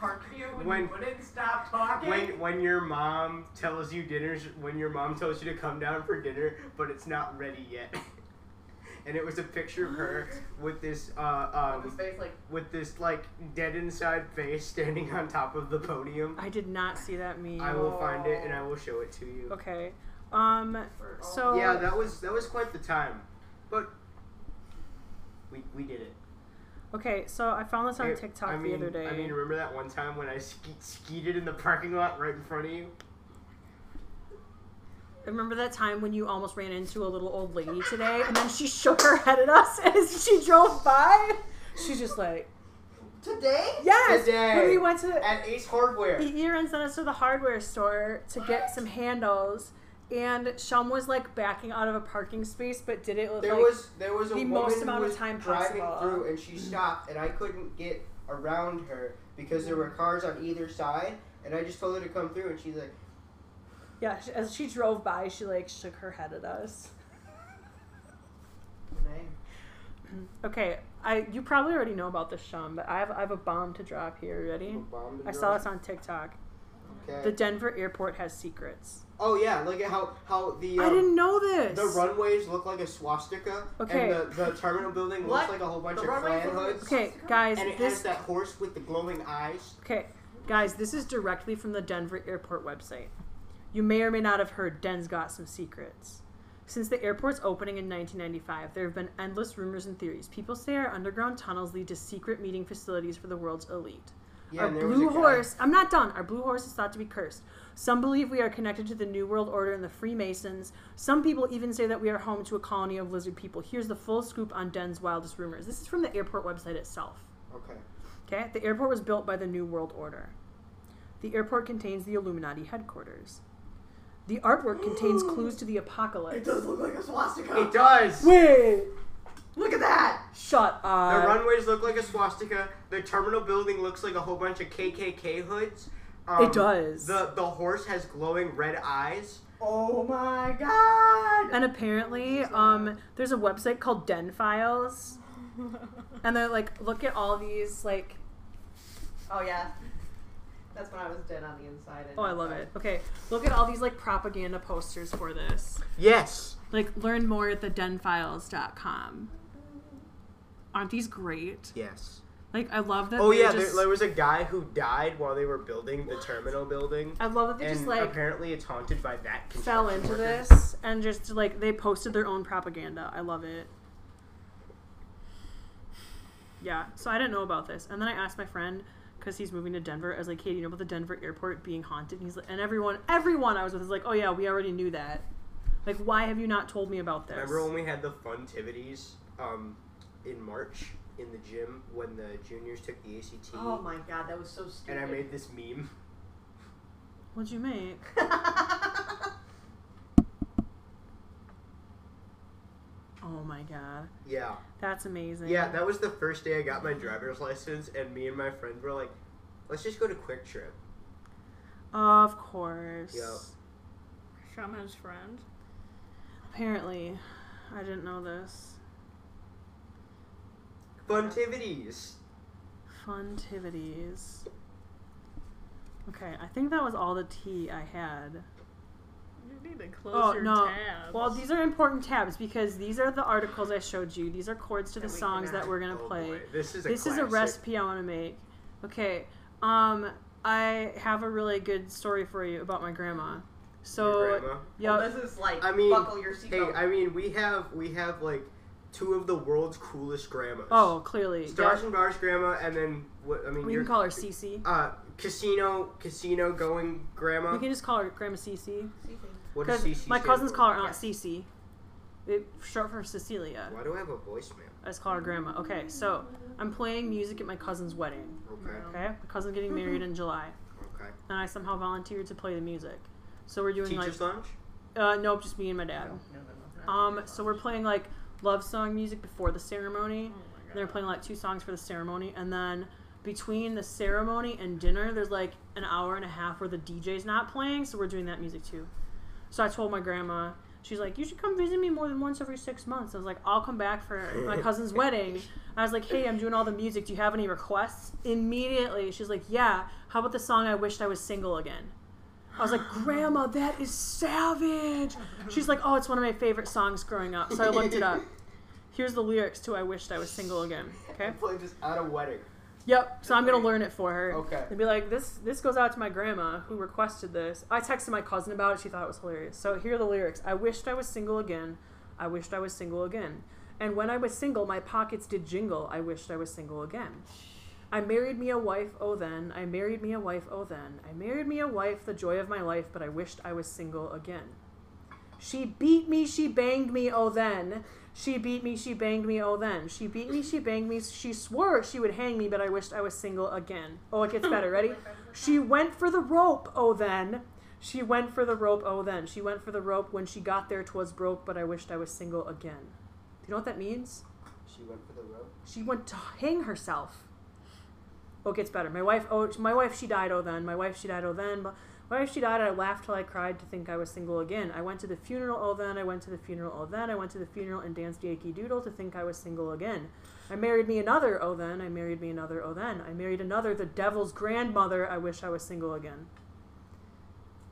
Parkview when,
When-
you wouldn't stop talking.
When when your mom tells you dinners when your mom tells you to come down for dinner, but it's not ready yet. and it was a picture of her with this uh,
With his
um,
face like
with this like dead inside face standing on top of the podium.
I did not see that meme.
I will find it and I will show it to you.
Okay. Um.
for all
So-
Oh, Yeah, that was that was quite the time, but we we did it.
Okay. So I found this
I-
on TikTok
I mean,
the other day.
I mean, remember that one time when I ske- skeeted in the parking lot right in front of you?
Remember that time when you almost ran into a little old lady today and then she shook her head at us as she drove by? She's just like,
today.
Yes!
Today.
When we went to
At Ace Hardware.
the Erin sent us to the hardware store to get some handles and Shum was like backing out of a parking space but did it with
There
like
was there was a
the
woman
most
who
amount of
was
time
driving
possible.
through, and she stopped, and I couldn't get around her because there were cars on either side, and I just told her to come through, and she's like,
Yeah, she, as she drove by she like shook her head at us.
"Renee,
Okay, I you probably already know about this Shum, but I have I have a bomb to drop here.
I'm a
Ready?
bomb to
I saw
drop."
this on TikTok.
Okay.
The Denver airport has secrets.
oh yeah, look at how how the
I
um,
didn't know this.
the runways look like a swastika,
Okay.
and the, the terminal building
What?
looks like a whole bunch
The
of
runways
clan
look like-
hoods,
Okay, guys,
and it
this
has that horse with the glowing eyes.
Okay, guys, this is directly from the Denver airport website. You may or may not have heard Den's got some secrets. Since the airport's opening in 1995, there have been endless rumors and theories. People say our underground tunnels lead to secret meeting facilities for the world's elite.
Yeah,
our
and there was a
blue
guy-
horse, I'm not done. Our blue horse is thought to be cursed. Some believe we are connected to the New World Order and the Freemasons. Some people even say that we are home to a colony of lizard people. Here's the full scoop on Den's wildest rumors. This is from the airport website itself.
Okay.
Okay, the airport was built by the New World Order. The airport contains the Illuminati headquarters. The artwork contains clues to the
It
apocalypse.
does look like a swastika.
It does.
Wait, Uh,
Look at that.
shut
The
up.
runways look like a swastika. The terminal building looks like a whole bunch of KKK hoods. Um,
It does.
The the horse has glowing red eyes.
Oh my god.
and apparently, um, there's a website called Den Files, and they're like, look at all these like.
Oh yeah. That's when I was dead on the inside. and
Oh, I love
outside.
it. Okay, look at all these like propaganda posters for this.
Yes.
Like, learn more at thedenfiles.com. Aren't these great?
Yes.
Like, I love that.
Oh
they
yeah,
just-
there, there was a guy who died while they were building the terminal building,
I love that they
and
just like
apparently it's haunted by that.
fell
construction
into
worker.
this and just like they posted their own propaganda. I love it. Yeah, so I didn't know about this, and then I asked my friend because he's moving to Denver. I was like, "Hey, do you know about the Denver airport being haunted?" And he's like, and everyone, everyone I was with is like, "Oh yeah, we already knew that. Like, why have you not told me about this?"
Remember when we had the funtivities um, in March in the gym when
Oh
the juniors took the ACT,
Oh my god, that was so stupid.
and I made this meme.
What'd you make? Oh my god.
Yeah.
That's amazing.
Yeah, that was the first day I got my driver's license, and me and my friend were like, let's just go to Quick Trip.
Of course.
Yep.
From his friend.
Apparently. I didn't know this.
Funtivities!
Funtivities. Okay, I think that was all the tea I had.
You need to close
Oh,
your
no.
tabs.
Well, these are important tabs because these are the articles I showed you. These are chords to the
That we
songs
cannot-
that we're gonna
Oh,
play.
boy. This is a
this is a
classic.
recipe I want to make. Okay, um, I have a really good story for you about my grandma. So, Oh.
Your grandma?
yeah,
Well, this is like
I mean,
buckle your
Hey,
seatbelt.
I mean, we have we have like two of the world's coolest grandmas.
oh, clearly,
Stars
yeah.
and Bars grandma, and then what? I mean,
we
your
can call her Cece.
uh, casino casino going grandma.
We can just call her Grandma Cece.
what does
Because
CC
my
stand
cousins
for?
call her Aunt Cece. It short for Cecilia.
Why do I have a voicemail?
I just call her Grandma. Okay, so I'm playing music at my cousin's wedding.
Okay,
Okay, my cousin's getting married in July,
okay.
and I somehow volunteered to play the music. So we're doing
Teachers lunch.
like, uh, nope, just me and my dad. Um, so we're playing like love song music before the ceremony.
Oh my
And They're
god.
playing like two songs for the ceremony, and then between the ceremony and dinner, there's like an hour and a half where the DJ's not playing, so we're doing that music too. So I told my grandma, she's like, "You should come visit me more than once every six months." I was like, "I'll come back for my cousin's wedding." I was like, "Hey, I'm doing all the music. Do you have any requests?" Immediately, she's like, "Yeah. How about the song I wished I was single again?" I was like, "Grandma, that is savage." She's like, "Oh, it's one of my favorite songs growing up." So I looked it up. Here's the lyrics to "I Wished I Was Single Again." Okay.
Play this at a wedding.
Yep. So I'm gonna learn it for her.
Okay.
And be like, this this goes out to my grandma who requested this. I texted my cousin about it. She thought it was hilarious. So here are the lyrics. I wished I was single again. I wished I was single again. And when I was single, my pockets did jingle. I wished I was single again. I married me a wife, oh then. I married me a wife, oh then. I married me a wife, the joy of my life, but I wished I was single again. She beat me, she banged me, oh then. She beat me, she banged me, oh then. She beat me, she banged me, she swore she would hang me, but I wished I was single again. Oh, it gets better, ready? She went for the rope, oh then. She went for the rope, oh then. She went for the rope, when she got there, 'twas broke, but I wished I was single again. Do you know what that means?
She went for the rope.
She went to hang herself. Oh, it gets better. My wife, oh, my wife, she died. Oh, then my wife, she died. Oh, then my wife, she died. I laughed till I cried to think I was single again. I went to the funeral. Oh, then I went to the funeral. Oh, then I went to the funeral and danced Yankee Doodle to think I was single again. I married me another. Oh, then I married me another. Oh, then I married another. The devil's grandmother. I wish I was single again.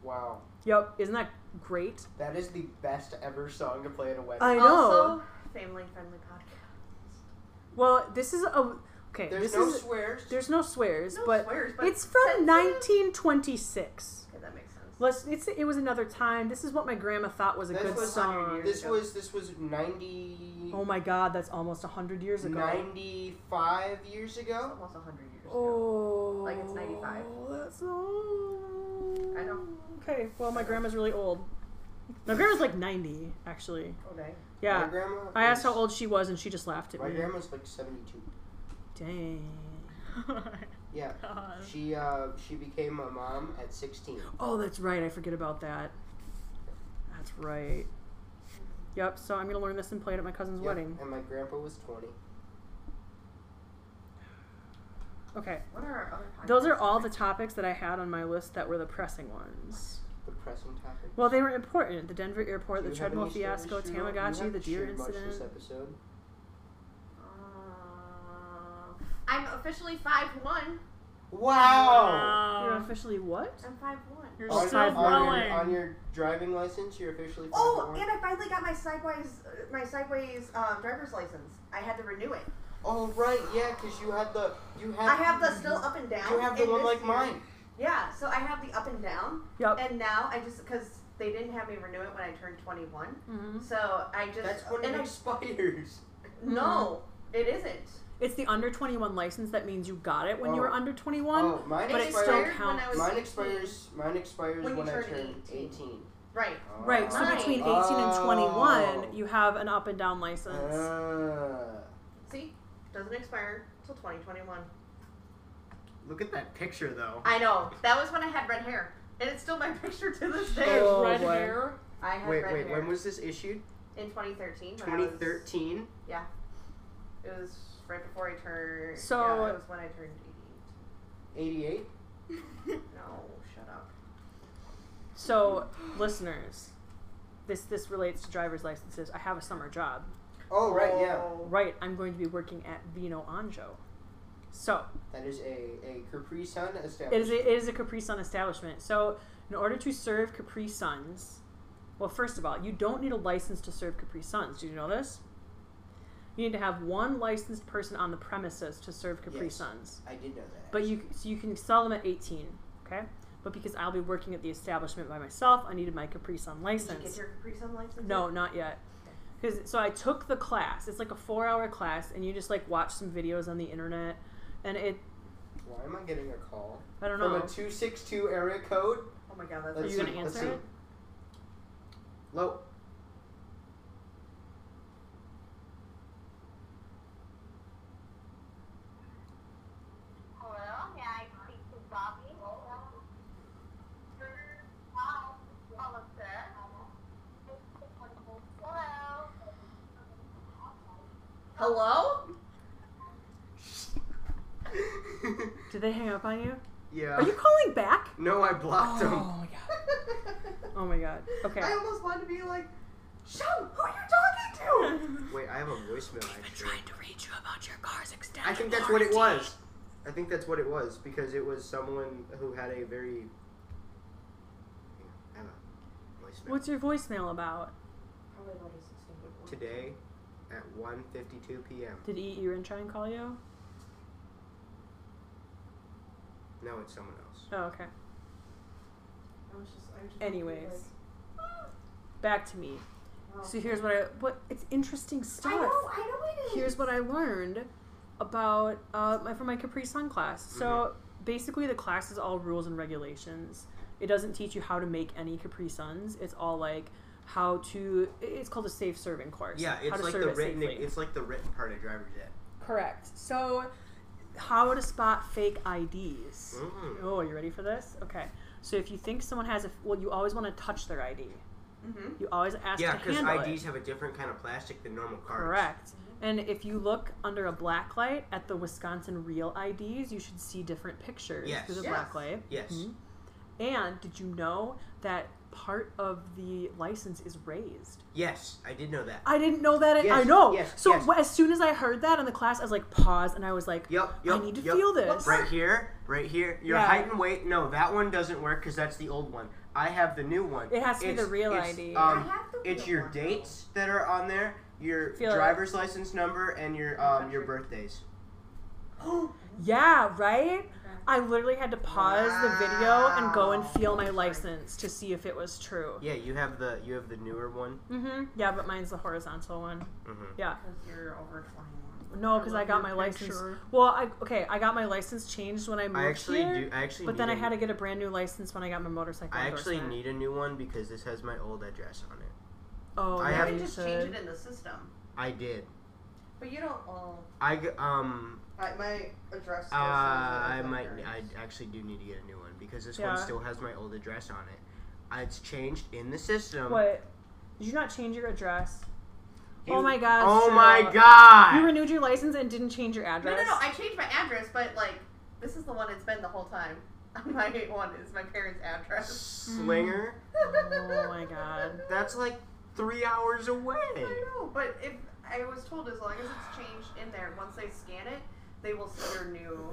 Wow,
Yep, isn't that great?
that is the best ever song to play at a wedding.
I know.
Also, family friendly podcast.
well, this is a okay.
There's
this
no
is
swears.
there's no swears,
No
but
swears, but
it's from
sensitive.
1926.
Okay, that makes sense.
Let's, it's, it was another time. This is what my grandma thought was a
This
good
was
song.
years
This
ago.
was this was ninety.
Oh my god, that's almost 100 years ago.
95 years
It's
ago?
almost 100 years ago.
Oh.
Like it's 95.
That's old.
I know.
Okay, well, my grandma's really old. My grandma's like 90, actually.
Oh, dang.
My
Yeah.
grandma
I asked
is-
how old she was and she just laughed at
My
me.
grandma's like 72.
Dang.
Oh
Yeah.
Uh-huh.
God.
She uh she became a mom at 16.
Oh, that's right. I forget about that. That's right. Yep, so I'm going to learn this and play it at my cousin's
Yep,
wedding.
And my grandpa was 20.
Okay.
What are our other podcasts?
Those are all the topics that I had on my list that were the pressing ones.
The pressing topic.
Well, they were important. The Denver
Do
airport,
you
the
have
treadmill
any stories,
fiasco,
Cheryl? You
Tamagotchi,
haven't
the deer
shared much This
incident.
episode.
Uh, I'm officially five one.
Wow.
You're
Wow.
officially what?
I'm five one.
You're
On,
still
five
on
growing.
your, on your driving license, you're officially
Oh,
5'1".
and I finally got my sideways uh, my sideways um, driver's license. I had to renew it.
Oh right, yeah, cuz you had the you had
I have the still up and down.
You have the
in
one
this
like
year.
mine.
Yeah, so I have the up and down,
Yep.
and now I just because they didn't have me renew it when I turned twenty one.
hmm
So I just
That's when
and
it
I,
expires.
no,
Mm-hmm.
it isn't.
It's the under 21 license that means you got it when you were
Oh.
under 21.
oh, mine
but it
it
expires.
still
expired when I
counts.
was
Mine
18.
expires. Mine expires
When
when,
you
I
turn
turn Oh.
18.
18.
Right.
Right, so
Right.
between 18 and 21, you have an up and down license.
Oh. Ah.
See, doesn't expire till twenty twenty one.
Look at that picture, though.
I know that was when I had red hair. And it's still my picture to this
They
day.
have
Oh,
red
boy.
hair.
I had
Wait,
red
wait,
hair
when was this issued?
in 2013. when I was-
2013?
yeah, it was right before I turned.
So-
yeah, it was when I turned
88?
eighty. No, shut up.
So, listeners, this this relates to driver's licenses. I have a summer job.
Oh, right, yeah.
Oh.
Right, I'm going to be working at Vino Anjo. So,
That is a, a Capri Sun establishment.
it is, a, it is a Capri Sun establishment. So, in order to serve Capri Suns, well, first of all, you don't need a license to serve Capri Suns. Do you know this? You need to have one licensed person on the premises to serve Capri
Yes.
Suns.
I did know that.
But you so you can sell them at 18, okay? But because I'll be working at the establishment by myself, I needed my Capri Sun
Did you get
license.
your Capri Sun license?
No, not yet. Cause, so I took the class. It's like a four-hour class, and you just like watch some videos on the internet, and it
Why am I getting a call?
I don't
From a
know.
262 area code?
Oh my god, that's
Are
Let's
you
see,
gonna
let's
answer
see.
it?
Low.
Hello, may I speak to Bobby? Hi, hello, sir. Hello.
Hello?
Did they hang up on you?
yeah.
Are you calling back?
No, I blocked him.
Oh my god. Oh my god. Okay.
I almost wanted to be like, show who you're talking to.
Wait, I have a voicemail actually.
to reach you about your car's extended.
I think that's what it was. I think that's what it was because it was someone who had a very. I have a voicemail.
What's your voicemail about?
Probably like a 16 before.
Today at 1.52 p.m.
Did E. Erin try and call you?
No, it's someone else.
Oh, okay.
I was just, I was just
Anyways,
like,
back to me.
oh.
So here's what I what it's interesting
I
stuff.
know, I know it is.
here's what I learned about uh, my, from my Capri Sun class. So
Mm-hmm.
basically, the class is all rules and regulations. It doesn't teach you how to make any Capri Suns. It's all like how to. it- It's called a safe serving course.
Yeah,
how
it's
to
like
serve
the
it
written. e,
safely.
It's like the written part of driver's ed.
Correct. So how to spot fake IDs.
Mm.
Oh, are you ready for this? Okay. So if you think someone has a, well, you always want to touch their ID.
Um,
Mm-hmm.
You always ask
Yeah,
to
because
handle it.
IDs have a different kind of plastic than normal cards.
Correct. And if you look under a black light at the Wisconsin real IDs, you should see different pictures
Yes.
through the
Yes.
black light.
Yes.
Mhm. And did you know that part of the license is raised?
Yes, I did know that.
I didn't know that. I
Yes,
know.
yes,
so
yes.
wh- as soon as I heard that in the class, I was like, pause, and I was like,
Yep, yep.
need to
yep.
feel this.
Right here, right here. Your
Yeah.
height and weight. No, that one doesn't work because that's the old one. I have the new one.
It has to be
It's-
the real
it's,
ID.
I
Um,
have the
it's
real
your
one, though.
dates that are on there, your
Feel it.
driver's license number, and your um, your birthdays.
yeah, right. I literally had to pause the video and go and feel my license to see if it was true.
Yeah, you have the you have the newer one.
Mm-hmm. Yeah, but mine's the horizontal one.
Mm-hmm.
Yeah.
Because you're over 21.
No, because I,
love
got
your
my license.
picture.
Well, I okay, I got my license changed when I moved
I actually
here,
do. I actually.
but then
need
I
a-
had to get a brand new license when I got my motorcycle.
I actually
endorsement.
need a new one because this has my old address on it.
Oh,
I
yeah,
have-
you
you
can just
should.
change it in the system.
I did.
But you don't all.
I g- um
I, my address.
uh I might I actually do need to get a new one because this one
Yeah.
still has my old address on it. Uh, It's changed in the system.
What? Did you not change your address?
You-
oh my gosh!
Oh my
Cheryl.
god.
You renewed your license and didn't change your
No,
address.
no, no. I changed my address, but like, this is the one it's been the whole time. My one is my parents' address.
Slinger.
Oh my God.
That's like three hours away.
I know, but if I was told, as long as it's changed in there, once they scan it, they will see your new.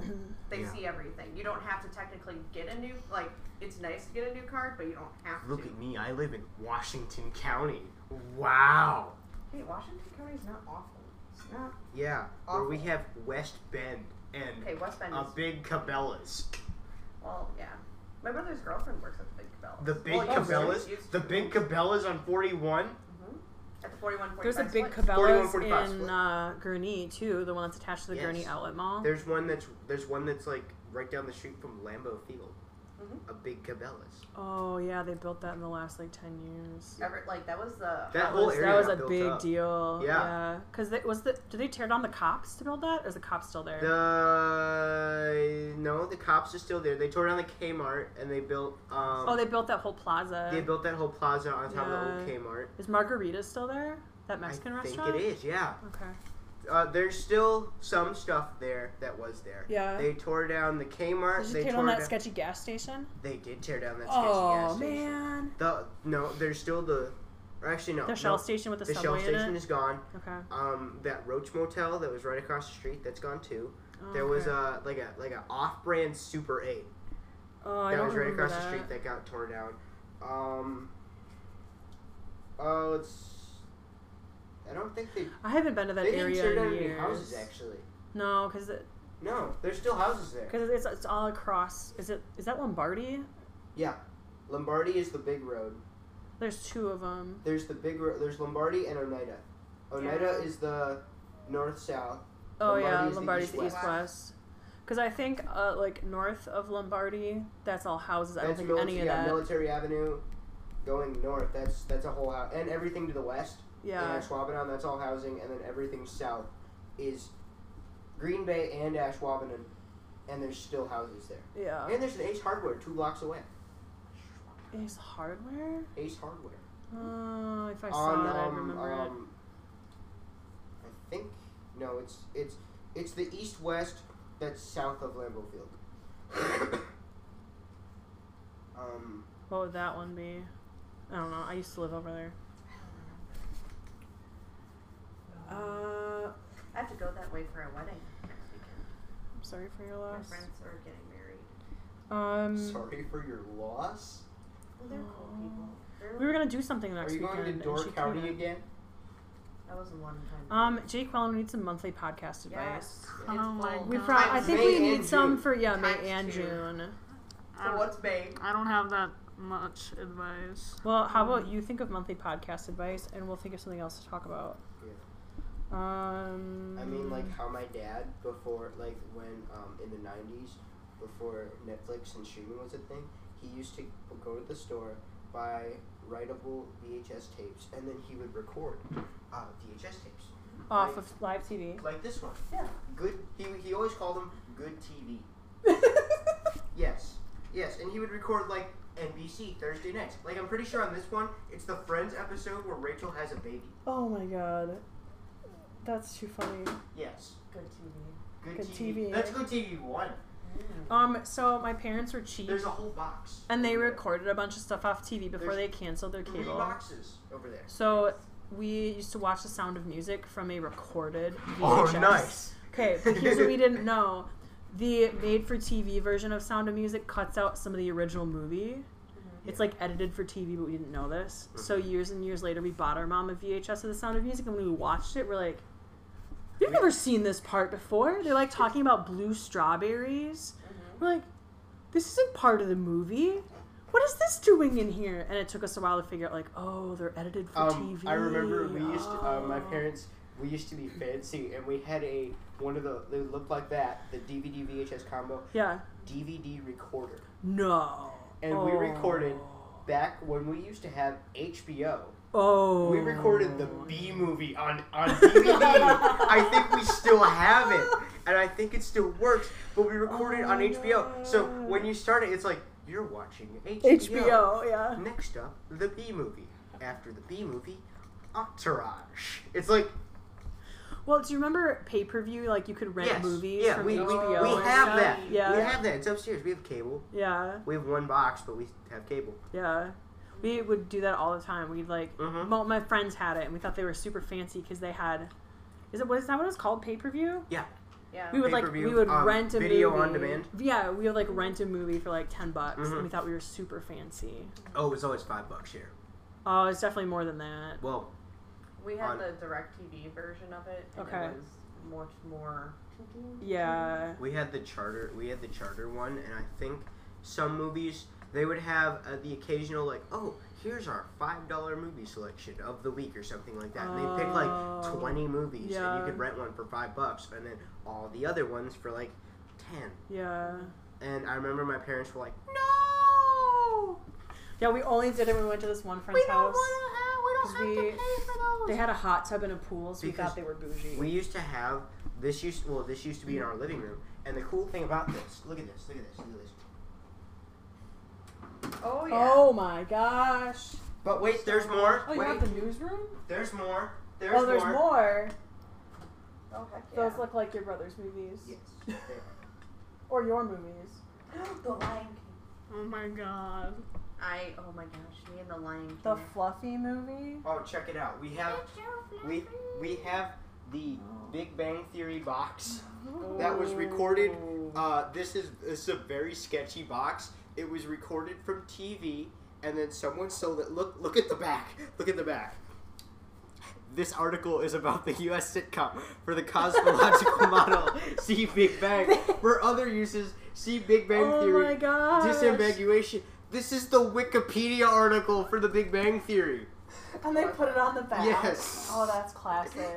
They
Yeah.
see everything. You don't have to technically get a new. Like, it's nice to get a new card, but you don't have
Look
to.
at me. I live in Washington County. Wow.
Hey, Washington County's not awful. It's not.
Yeah. Where we have West Bend and
Okay, West Bend
a
is.
big Cabela's.
Well, yeah. My brother's girlfriend works at the Big Cabela's.
The big
well, yes,
Cabela's.
she used
The
to.
big Cabela's on 41.
At the 41
There's a
45
big
split.
Cabela's
41.45
in
split.
uh, Gurnee too, the one that's attached to the
Yes.
Gurnee Outlet Mall.
There's one that's there's one that's like right down the street from Lambeau Field.
Mhm.
a big Cabela's.
Oh yeah, they built that in the last like ten years.
Ever like that was the
That
That
whole
was,
area
that was
got
a
built
big
up.
deal.
Yeah.
Yeah. Because was the did they tear down the cops to build that, or is the cops still there?
The no, the cops are still there. They tore down the Kmart and they built. Um,
oh, they built that whole plaza.
they built that whole plaza on top of the
Yeah.
old Kmart.
is Margarita still there? That Mexican
I
restaurant.
think it is. Yeah.
Okay.
Uh, there's still some stuff there that was there.
Yeah.
They tore down the Kmart.
Did
they
you tear
tore
down that
down-
sketchy gas station?
They did tear down that sketchy
Oh
gas station.
man.
The no, there's still the, or actually Oh, no,
The
no,
Shell station with the,
the
subway
Shell
in
station
it.
is gone.
okay.
Um, that Roach Motel that was right across the street that's gone too.
Oh,
There was
okay.
a like a like a off-brand Super Eight
Oh, I
that
don't
was right
remember
across the
that.
street that got torn down. Um. Oh, it's. I don't think they.
I haven't been to that
they didn't
area
tear
in
down any
years.
houses actually.
No, because it,
No, there's still houses there.
cause it's it's all across. Is it is that Lombardi?
Yeah, Lombardi is the big road.
There's two of them.
There's the big road. There's Lombardi and Oneida. Oneida
Yeah.
is the north south.
Oh
Lombardi is
yeah,
the
Lombardi's the
east-west.
east west. Because I think uh, like north of Lombardi, that's all houses. I don't
That's
think
military,
any of
yeah,
that.
military Avenue, going north. That's that's a whole house, and everything to the west.
yeah.
And Ashwaubenon, that's all housing, and then everything south is Green Bay and Ashwaubenon, and there's still houses there.
Yeah.
And there's an Ace Hardware two blocks away.
Ace Hardware.
Ace Hardware um,
Oh, if I saw that, I'd remember it.
I think no, it's it's it's the east west that's south of Lambeau Field. um,
What would that one be? I don't know. I used to live over there. Uh,
I have to go that way for a wedding next weekend.
I'm sorry for your
My
loss.
friends are getting married.
Um,
sorry for your loss.
Well, they're cool people. They're,
we were gonna do something
Are
next
you
weekend.
going to
and she
Door County
couldn't.
again?
I was in one time.
Um, Jake Wellen needs some monthly podcast advice.
yes.
Oh
It's full.
We
God.
pro- I
Times
think
May
we
and
need some
June.
for yeah May
Times
and
two.
Uh, June.
I
So
don't,
what's May?
I don't have that much advice.
Well, how about
Um,
you think of monthly podcast advice, and we'll think of something else to talk about.
Yeah.
Um,
I mean, like how my dad before, like when um, in the '90s, before Netflix and streaming was a thing, he used to go to the store, buy writable VHS tapes, and then he would record uh, VHS tapes.
off of live TV.
Like this one.
Yeah.
Good. He, he always called them good TV. Yes. Yes. And he would record like NBC Thursday nights. Like I'm pretty sure on this one, it's the Friends episode where Rachel has a baby.
oh my god, that's too funny.
Yes.
Good TV.
Good,
Good
TV.
TV.
That's good TV one.
Um, so my parents were cheap,
There's a whole box.
and they
over there.
recorded a bunch of stuff off TV before
There's
they canceled their
Three
cable.
boxes over there.
So we used to watch The Sound of Music from a recorded VHS.
Oh,
Okay, but here's what we didn't know. The made for TV version of Sound of Music cuts out some of the original movie. It's like edited for TV, but we didn't know this. So
Mm-hmm.
years and years later, we bought our mom a VHS of The Sound of Music, and when we watched it, we're like, "We've never seen this part before." They're like talking about blue strawberries. We're like, "This isn't part of the movie. What is this doing in here?" And it took us a while to figure out, like, "Oh, they're edited for
Um,
TV."
I remember we used to, uh, my
Oh.
parents we used to be fancy and we had a one of the they looked like that the DVD VHS combo
Yeah.
DVD recorder
No.
and we recorded back when we used to have HBO.
Oh.
We recorded the B movie on on DVD. I think we still have it, and I think it still works. But we recorded
Oh,
on HBO, so when you start it, it's like you're watching
HBO, yeah.
Next up, the B movie. After the B movie, Entourage. It's like
Well, do you remember pay per view? Like you could rent
yes,
movies
yeah,
from
we, we, we
HBO. and
have
stuff?
that.
Yeah.
we have that. It's upstairs. We have cable.
Yeah,
We have one box, but we have cable.
yeah. We would do that all the time. We'd like,
Mhm.
well, my friends had it, and we thought they were super fancy because they had. Is it what is that what it's called? Pay per view.
Yeah,
Yeah.
We would like
Pay-per-view,
we would
um,
rent a
video
movie.
on demand.
Yeah, we would like rent a movie for like ten bucks,
Mhm.
and we thought we were super fancy.
Oh, it's always five bucks here.
Oh, it's definitely more than that.
Well,
We had
on-
the direct TV version of it. And
Okay.
It was much more.
Yeah.
we had the charter. We had the charter one, and I think some movies they would have uh, the occasional like, oh, here's our five dollar movie selection of the week or something like that. And they pick like
Oh.
twenty movies, and
Yeah.
you could rent one for five bucks, and then all the other ones for like ten.
Yeah.
And I remember my parents were like, no.
Yeah, we only did it when we went to this one friend's
We don't
house.
want to.
'Cause
We don't have
we-
to pay for those.
They had a hot tub and a pool, so we
Because
thought they were bougie.
We used to have this used well this used to be in our living room, and the cool thing about this, look at this, look at this, look at this.
oh yeah.
Oh my gosh!
But wait, there's more.
Oh, you
wait,
want the newsroom?
there's more. There's
oh, there's more.
Oh, heck yeah.
Those look like your brother's movies
Yes, they are.
or your movies.
the Lion King.
Oh my god.
I oh my gosh, me and the Lion King.
The Fluffy movie.
Oh, check it out. We have we we have the Big Bang Theory box
Mm-hmm.
that was recorded. Uh, this is this is a very sketchy box. It was recorded from TV, and then someone sold it. Look look at the back. Look at the back. This article is about the U.S. sitcom for the cosmological model. See Big Bang. For other uses, see Big Bang
oh
Theory.
my gosh!
Disambiguation. This is the Wikipedia article for the Big Bang Theory.
And they put it on the back.
Yes.
Oh, that's classic.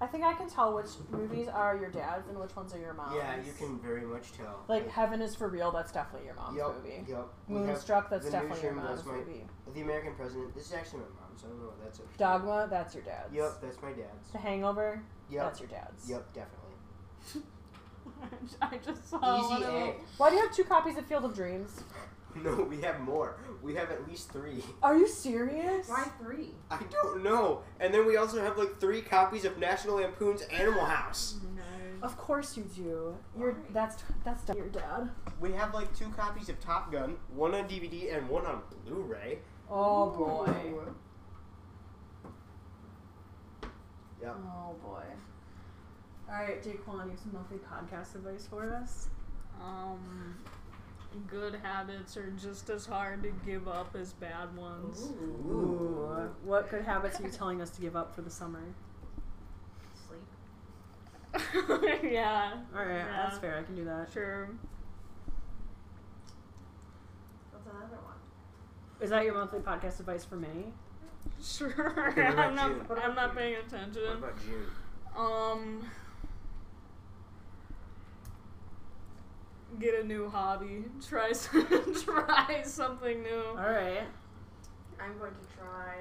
I think I can tell which movies are your dad's and which ones are your mom's.
Yeah, you can very much tell.
Like Heaven is for Real. That's definitely your mom's
yep,
movie.
Yep. We have
Moonstruck. That's
the
definitely your
newsroom,
mom's
that's my-
movie.
the American president. This is actually my mom's. I don't know. That's a
Dogma. That's your dad's.
Yep, that's my dad's.
The Hangover.
Yep.
That's your dad's.
Yep, definitely.
I just saw
Oh,
one
Easy
of them.
A.
Why do you have two copies of Field of Dreams?
No, we have more. We have at least three.
Are you serious?
Why three?
I don't know. And then we also have like three copies of National Lampoon's Animal House.
Of course you do. Your
Why?
that's that's de- your dad.
We have like two copies of Top Gun, one on DVD and one on Blu-ray.
Oh boy.
Yep.
Oh boy. All right, Daquan, you have some monthly podcast advice for us.
Um, good habits are just as hard to give up as bad ones.
Ooh. What good habits are you telling us to give up for the summer?
Sleep.
yeah,
All right,
Yeah.
that's fair. I can do that.
sure.
What's another one?
Is that your monthly podcast advice for May?
Sure.
Okay, what about
I'm
you?
not, I'm not
you?
paying
What
attention.
about June?
Um, get a new hobby. Try some, try something
All
new.
right.
I'm going to try.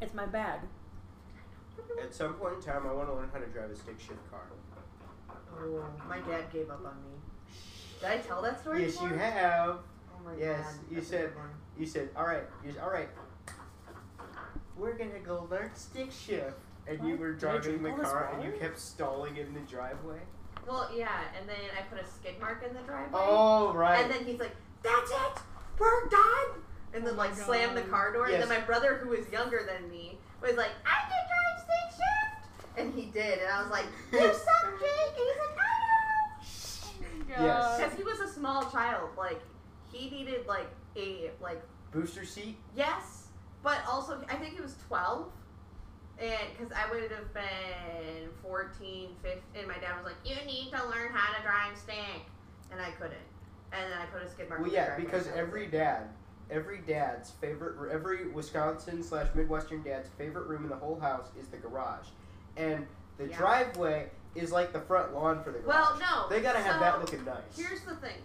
It's my bag.
At some point in time, I want to learn how to drive a stick shift car.
Oh, my dad gave up on me. Did I tell that story?
Yes,
before?
you have.
Oh my
Yes,
God,
you
that's a
said-
good one.
You said, all right, you said, all right. We're gonna go learn stick shift. And you
What?
were
Did I
driving
drink
the
all this
car, and you
water?
kept stalling in the driveway.
Well, yeah, and then I put a skid mark in the driveway.
Oh right.
And then he's like, "That's it, we're done." And then
Oh my
like slammed the
God.
car door.
Yes.
And then my brother, who was younger than me, was like, "I can drive stick shift," and he did. And I was like, "You suck, Jake." And he's like, "I know."
God.
Because he was a small child, like he needed like a like
Booster seat.
yes, but also I think he was twelve, and because I would have been 14, 15, and my dad was like, "You need to learn how to drive stick," and I couldn't, and then I put a skid mark.
Well,
in the
yeah,
driveway,
because
so that was
every
it.
dad, every dad's favorite, or every Wisconsin slash Midwestern dad's favorite room in the whole house is the garage, and the
Yeah.
driveway is like the front lawn for the garage.
Well, no,
They gotta have
so
that looking nice.
Here's the thing.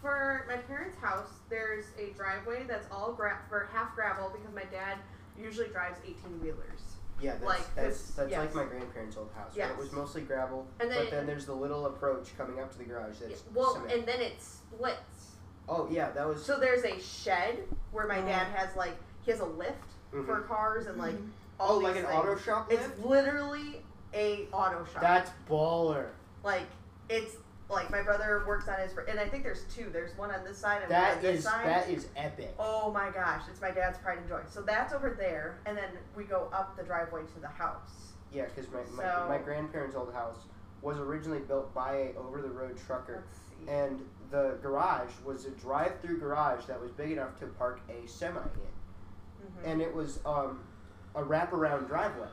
For my parents' house, there's a driveway that's all gra- for half gravel because my dad usually drives 18 wheelers.
yeah, that's
like
that's,
this-
that's like
yes.
my grandparents' old house. where it
Yes.
was mostly gravel,
And
but
then-
then there's the little approach coming up to the garage. That's
well,
cement.
and then it splits.
oh yeah, that was
So there's a shed where my dad
Oh.
has like he has a lift for
mhm.
cars and like
Mm-hmm.
all
oh like
these
an
things.
auto shop. lift?
It's literally a auto shop.
That's baller.
like it's like my brother works on his fr- and I think there's two. There's one on this side and one on
That
this
is
side.
that is epic.
Oh my gosh, it's my dad's pride and joy. So that's over there, and then we go up the driveway to the house.
Yeah, because my, my,
So-
my grandparents' old house was originally built by a over the road trucker,
Let's see.
and the garage was a drive through garage that was big enough to park a semi in,
Mhm.
and it was um, a wraparound driveway.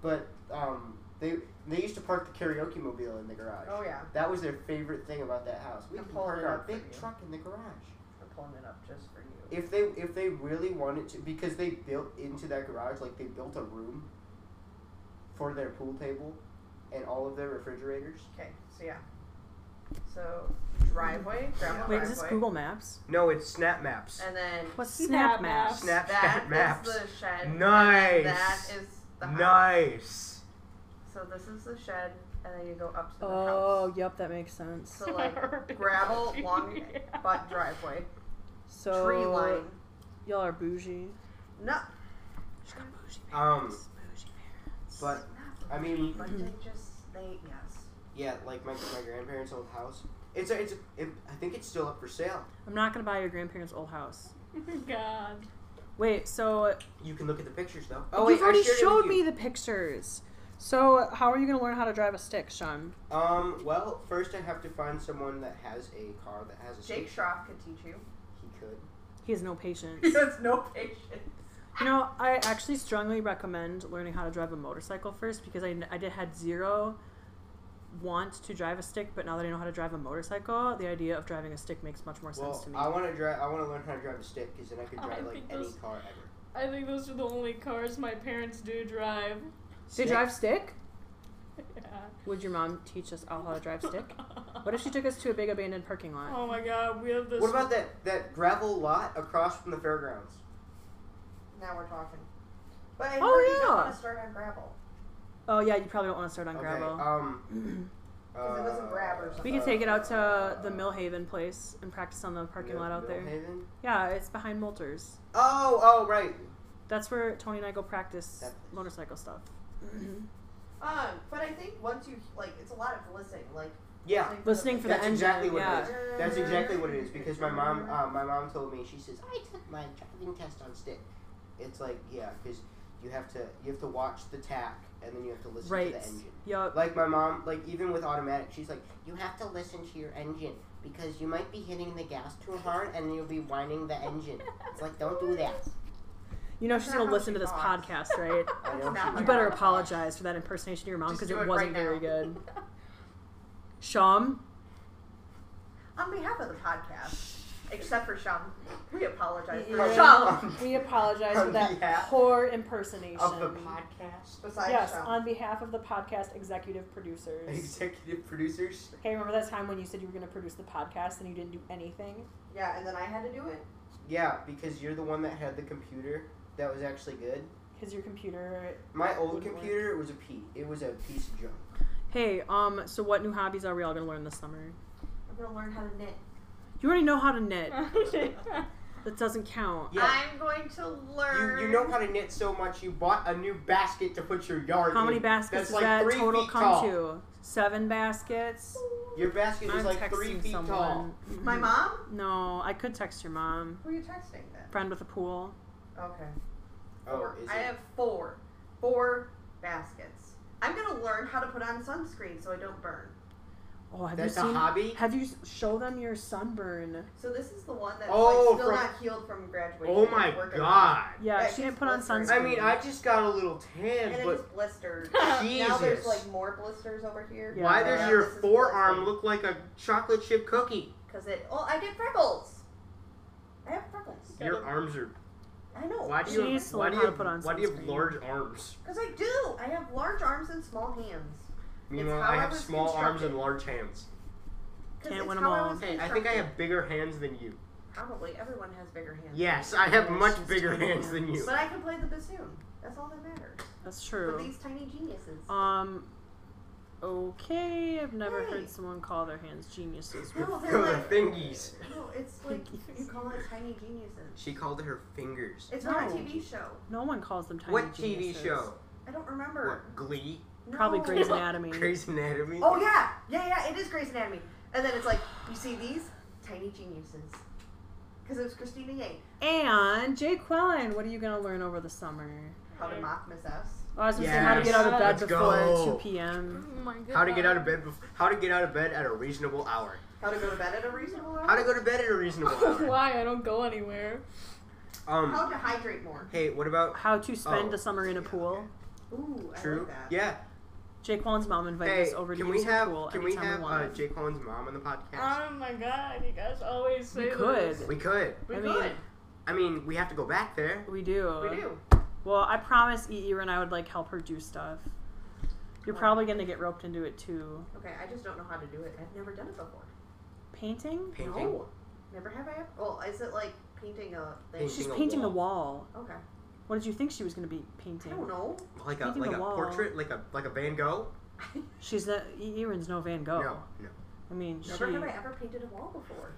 But um, they they used to park the karaoke mobile in the garage.
oh yeah,
That was their favorite thing about that house. We
I'm
can
pulling
park
it
our
up for
big
you.
truck in the garage.
I'm pulling it up just for you.
If they if they really wanted to, because they built into that garage, like they built a room for their pool table, and all of their refrigerators.
Okay, so yeah. So driveway, grandma
Wait,
driveway.
is this Google Maps?
No, it's Snap Maps.
And then
What's
Snap
Snap Maps?
Maps.
Snapchat
that is
Maps.
the shed. and then
Nice.
That is the house.
nice.
So this is the shed, and then you go up to the
Oh,
house.
yep, that makes sense.
So like gravel, long butt driveway,
So
tree line.
y'all are bougie.
No,
She's got bougie
Um,
parents, bougie parents.
But I mean,
but
hmm.
they just they yes.
yeah, like my, my grandparents' old house. It's a, it's a, it, I think it's still up for sale.
I'm not gonna buy your grandparents' old house.
God.
Wait, so
You can look at the pictures though. Oh wait,
you've already
I shared it
showed
with
me
you.
the pictures. So how are you gonna learn how to drive a stick, Sean?
Um, well, first I have to find someone that has a car that has a
Jake
stick.
Schroff could teach you.
He could.
He has no patience.
He has no patience.
You know, I actually strongly recommend learning how to drive a motorcycle first because I, I did had zero want to drive a stick, but now that I know how to drive a motorcycle, the idea of driving a stick makes much more sense
Well,
to me.
I want to drive. I want to learn how to drive a stick because then I could
Oh,
I
drive like
think
any
those-
car ever.
I think those are the only cars my parents do drive.
Did you drive stick?
Yeah.
Would your mom teach us all how to drive stick? What if she took us to a big abandoned parking lot?
Oh my god, we have this.
What about that that gravel lot across from the fairgrounds?
Now we're talking. But I
Oh,
heard you don't
yeah.
want to start on gravel.
Oh yeah, you probably don't want to start on gravel.
Okay. Um.
Because it was a grab or
uh,
we could take it out to the Millhaven place and practice on the parking
Mill-
lot out there.
Millhaven?
Yeah, it's behind Moulters.
Oh, oh, right.
That's where Tony and I go practice
That-
motorcycle stuff.
Um, but I think once you like, it's a lot of listening. Like
Yeah.
listening for
Listening for
That's
the engine.
exactly what
yeah.
it is. That's exactly what it is because my mom, uh, my mom told me she says I took my driving test on stick. It's like yeah, because you have to you have to watch the tack and then you have to listen
Right.
to the engine.
Yup.
Like my mom, like even with automatic, she's like, you have to listen to your engine because you might be hitting the gas too hard and you'll be winding the engine. It's like don't do that.
You know
That's
she's
not
gonna
how
listen
she
to this
talks.
podcast, right?
I
It's not
know.
my
you better
mom.
apologize for that impersonation of your mom
Just
because
do
it
it
wasn't
right
very
now.
good. Sham,
on behalf of the podcast, except for Shum, we apologize for
Yeah.
Shum.
we apologize
for that On behalf
poor impersonation.
Oh, Of the
Podcast. Besides Shum.
behalf of the podcast executive producers.
executive producers.
Hey, remember that time when you said you were going to produce the podcast and you didn't do anything?
yeah, and then I had to do it.
Yeah, because you're the one that had the computer that was actually good.
Because your computer.
My old
Wouldn't work.
computer was a P. It was a piece of junk.
Hey, um, so what new hobbies are we all going to learn this summer?
I'm gonna learn how to knit.
You already know how to knit.
Oh
That doesn't count.
Yeah.
I'm going to
You,
learn.
you know how to knit so much you bought a new basket to put your yard
How
in.
many baskets
That's
does
like
that
three
total
feet
come
tall.
to? Seven baskets.
Your basket
I'm
is like three
texting
feet
someone. Mm-hmm.
tall.
my mom.
No, I could text your mom.
Who are you texting then?
Friend with a pool.
Okay.
Oh,
Four.
is
I
it?
have four, four baskets. I'm gonna learn how to put on sunscreen so I don't burn.
Oh, have
That's
you
a
seen?
hobby?
Have you s- show them your sunburn?
So this is the one that's
Oh,
like still
from-
not healed from graduation.
Oh
It's
my
working on
god.
Yeah,
Yeah,
she didn't
she's
put on
blistering.
sunscreen.
I mean, I just got a little
it.
tan,
And it
but
just blistered.
Jesus.
Now there's like more blisters over here.
Yeah.
Why
there's
does your forearm look like a chocolate chip cookie?
Because it. Oh, I get freckles. I have freckles.
Yeah.
Your arms are.
I know.
Why do
She
you?
needs
Have,
to
why
learn
do
how
you?
to put on
Have, why do you have
sunscreen.
large arms?
Because I do. I have large arms and small hands.
Meanwhile,
how
I
I
have
was
small arms
constructed.
and large hands.
'Cause
Can't
it's
win 'em
how
all.
was
Hey, I think I
constructed.
have bigger hands than you.
Probably everyone has bigger hands.
Yes, I have
Yeah,
much
she's
bigger
tiny.
hands than you.
But I can play the bassoon. That's all that matters.
That's
For
true.
these tiny geniuses.
Um. Okay, I've never
Hey.
heard someone call their hands geniuses.
No,
Go
they're
the
like.
thingies.
No, it's like you call it tiny geniuses.
She called her fingers.
It's from a
No.
TV show.
No one calls them tiny
what
geniuses.
TV show?
I don't remember.
What? Glee?
No.
Probably Grey's Anatomy.
Grey's Anatomy?
Oh yeah, yeah, yeah. It is Grey's Anatomy. And then it's like you see these tiny geniuses. Because it was Christina Yang.
And Jay Quellen, what are you gonna learn over the summer?
How to mock Miss S.
Oh, I was gonna say how to get out of
Yes.
bed
Let's
before
go.
2 p.m.
Oh my god.
How to get out of bed? Before, how to get out of bed at a reasonable hour?
How to go to bed at a reasonable hour.
How to go to bed at a reasonable hour?
Why? I don't go anywhere.
How
Um.
to hydrate more.
Hey, what about
How to spend
Oh,
the summer in a
yeah,
pool.
okay.
Ooh, I
True?
like that.
Yeah.
Jake Quallen's mom invited
Hey,
us over to
can we
use her
have
pool
can we
anytime
have uh,
wanted.
Jay Collins' mom on the podcast?
Oh my god, you guys always say
We could.
this.
we could.
We
I
could.
mean-
I mean, we have to go back there.
we do.
We do.
Well, I promised E. E. and I would like help her do stuff. You're probably going to get roped into it too.
Okay, I just don't know how to do it. I've never done it before.
Painting?
Painting.
No. Never have I. Well, is it like painting a thing?
Painting.
She's
a
painting a wall.
Okay.
What did you think she was going to be
I
painting?
don't know.
Like a
Painting
like
the
a
wall.
portrait, like a like a Van Gogh.
She's the Irin's no Van Gogh.
No, no.
I mean,
Never have I
she.
ever painted a wall before.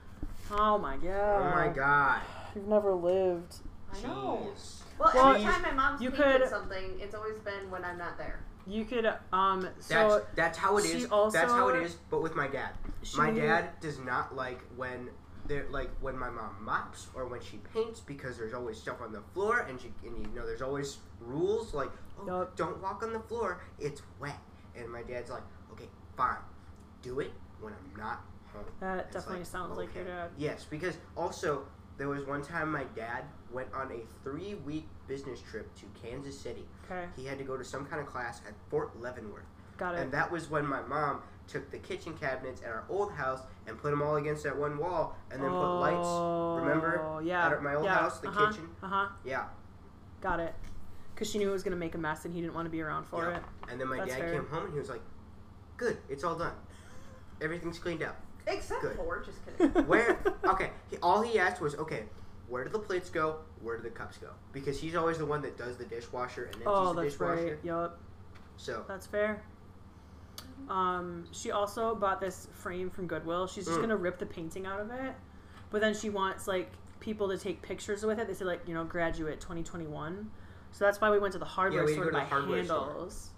Oh my
Uh,
Oh
god.
my God.
You've never lived.
I know.
Jeez.
Well,
Well,
every time my mom's
you
painted
could-
something, it's always been when I'm not there.
You could um.
That's
So
that's how it
she
is.
also-
that's how it is. But with my dad,
she
my dad does not like when they're like when my mom mops or when she paints because there's always stuff on the floor and she and you know there's always rules like oh,
Yup.
don't walk on the floor it's wet and my dad's like okay fine do it when I'm not home.
That
It's
definitely sounds like your
okay.
dad.
Yes, because also there was one time my dad went on a three week business trip to Kansas City.
Okay,
He had to go to some kind of class at Fort Leavenworth.
got it.
And that was when my mom took the kitchen cabinets at our old house and put them all against that one wall and then put lights remember?
Oh, Yeah.
at my old
yeah.
house, the
uh-huh.
kitchen.
Uh huh.
Yeah.
Got it. Because she knew it was gonna make a mess and he didn't want to be around for
Yeah.
it.
And then my
That's
dad
fair.
came home and he was like, Good, it's all done. Everything's cleaned up.
Except
Good.
for just kidding.
Where? Okay. He, all he asked was, okay, where do the plates go? Where do the cups go? Because he's always the one that does the dishwasher and empties
Oh,
the
that's
dishwasher.
right. Yup,
So
that's fair. Um, she also bought this frame from Goodwill. She's just
Mm.
gonna rip the painting out of it, but then she wants like people to take pictures with it. They say like you know graduate 2021, so that's why we went to the hardware
we had to
store
go to
to buy
the hardware store.
handles.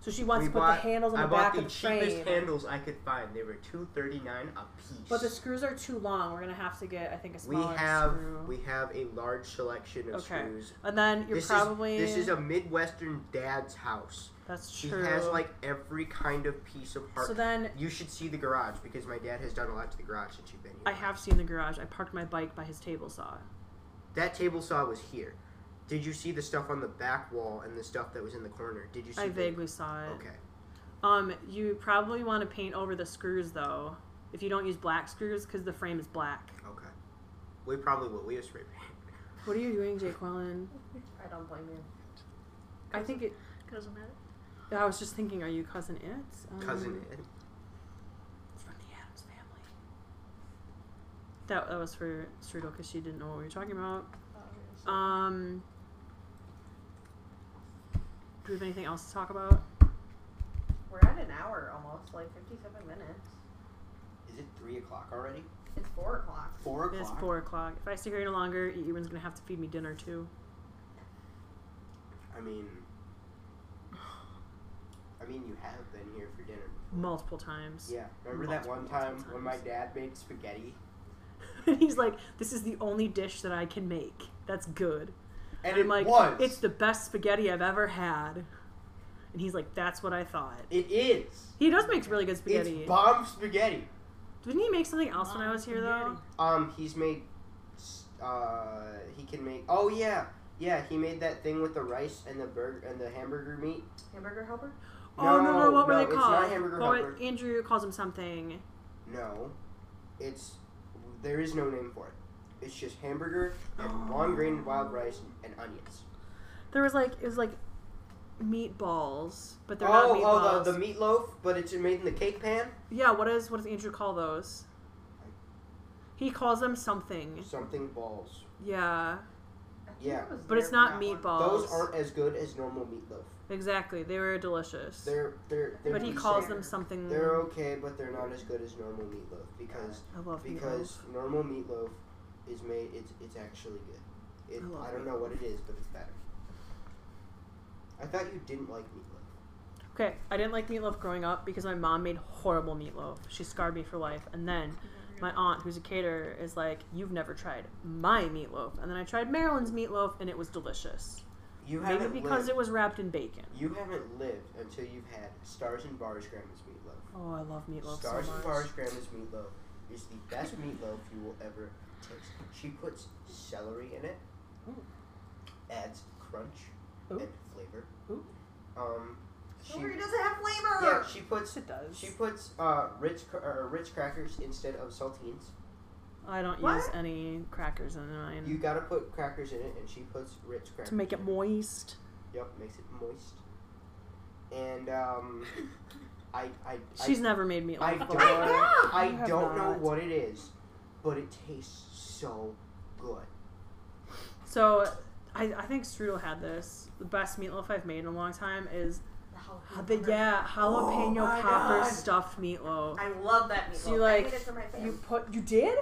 So she wants
we
to put
bought,
the handles on
I
the
bought
back
the
of the
cheapest
frame.
handles I could find. They were two thirty nine a piece.
But the screws are too long. We're gonna have to get, I think, a
we
smaller
have
screw.
we have a large selection of
Okay.
screws.
and then you're
this
probably
is this is a midwestern dad's house.
that's
He
true.
has like every kind of piece of art.
so then
you should see the garage because my dad has done a lot to the garage since you've been here.
I have seen the garage. I parked my bike by his table saw.
That table saw was here. Did you see the stuff on the back wall and the stuff that was in the corner? Did you see?
I
the-
vaguely saw it.
Okay.
Um, you probably want to paint over the screws though, if you don't use black screws, because the frame is black.
Okay. We probably will. We have spray paint.
What are you doing, Jake Wellen?
I don't blame you.
I think it.
Cousin Matt.
I was just thinking, are you cousin it? Um,
Cousin Ed.
from the Adams family. That that was for Strudel because she didn't know what we were talking about. Um, do we have anything else to talk about?
We're at an hour almost, like 57 minutes.
Is it three o'clock already?
It's 4 o'clock.
Four
It's four o'clock. If I stay here any longer, E- Ewan's gonna have to feed me dinner too.
I mean, I mean, you have been here for dinner.
Multiple times.
Yeah. Remember that one
Multiple,
time
multiple
when my
times.
dad made spaghetti?
He's like, this is the only dish that I can make. That's good.
And
I'm
it
like,
was.
it's the best spaghetti I've ever had. And he's like, that's what I thought.
It is.
He does make really good spaghetti.
It's bomb spaghetti.
Didn't he make something else when I was here though?
Spaghetti.
Um, he's made. s- Uh, he can make. Oh yeah, yeah. He made that thing with the rice and the burger and the hamburger meat.
Hamburger helper?
oh no, no,
no,
what were
it's
they
not
called?
hamburger
What were-
helper.
Andrew calls him something.
No, it's there is no name for it. It's just hamburger and long grain wild rice and onions.
There was like it was like meatballs, but they're not
oh,
meatballs.
oh, the, the meatloaf, but it's made in the cake pan.
Yeah, what is what does Andrew call those? He calls them something.
Something balls.
I
Yeah,
think
Yeah.
I was
but
there
it's
for
not
that one.
meatballs.
Those aren't as good as normal meatloaf.
exactly. They were delicious.
They're they're. they're
but he
decent.
calls them mm. something.
They're okay, but they're not as good as normal meatloaf because
I love
because normal meatloaf is made. It's it's actually good. It,
I love
I, don't know what it is, but it's better. I thought you didn't like meatloaf.
meatloaf. Okay, I didn't like meatloaf growing up because my mom made horrible meatloaf. She scarred me for life. And then my aunt, who's a caterer, is like, "You've never tried my meatloaf." And then I tried Marilyn's meatloaf, and it was delicious.
You
Maybe
haven't
because
lived,
it was wrapped in bacon.
you haven't lived until you've had Stars and Bars Grandma's meatloaf.
Oh, I love meatloaf
Stars
so
and
much.
Bars Grandma's meatloaf is the best meatloaf you will ever taste. She puts celery in it,
Ooh.
adds crunch
Ooh.
and flavor.
Ooh.
Um, she,
Celery doesn't have flavor!
yeah, she puts
It does.
She puts uh, Ritz cr- or Ritz crackers instead of saltines.
I don't
What?
use any crackers in mine
You gotta put crackers in it, and she puts Ritz crackers.
to make it moist.
Yep, makes it moist. and um, I I
She's
I,
never made meatloaf.
I
before.
don't
I
I
You have
don't know
not.
what it is, but it tastes so good.
So I, I think Strudel had this. The best meatloaf I've made in a long time is the yeah jalapeno
Oh my
popper
God.
stuffed meatloaf.
I love that meatloaf.
So you
I
like
made it for my family.
you put you did?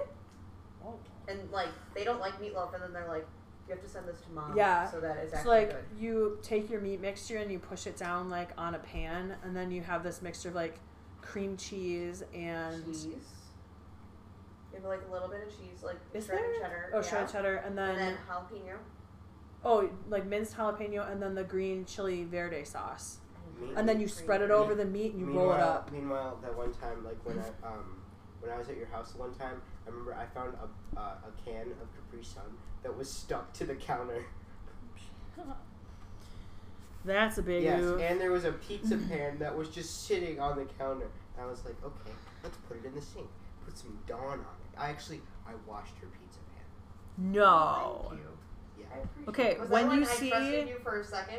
Oh, and like they don't like meatloaf, and then they're like, you have to send this to mom.
Yeah.
So that is
It's
actually
like
good.
you take your meat mixture and you push it down like on a pan, and then you have this mixture of like cream cheese and
cheese. Maybe like a little bit of cheese, like
Is
shredded
there?
cheddar.
oh
yeah.
shredded cheddar, and then,
And then jalapeno.
oh like minced jalapeno, and then the green chili verde sauce,
Me-
and then you spread it over the meat and you roll it up. Mm-hmm.
Meanwhile, that one time, like when I um when I was at your house one time, I remember I found a uh, a can of Capri Sun that was stuck to the counter.
That's a big
yes,
oof.
and there was a pizza pan that was just sitting on the counter. And I was like, okay, let's put it in the sink. Put some Dawn on it. I actually I washed your pizza pan.
no.
Thank you.
Yeah.
I appreciate
Okay,
it. Was
when
that
you
I trusted
see-
you for a second.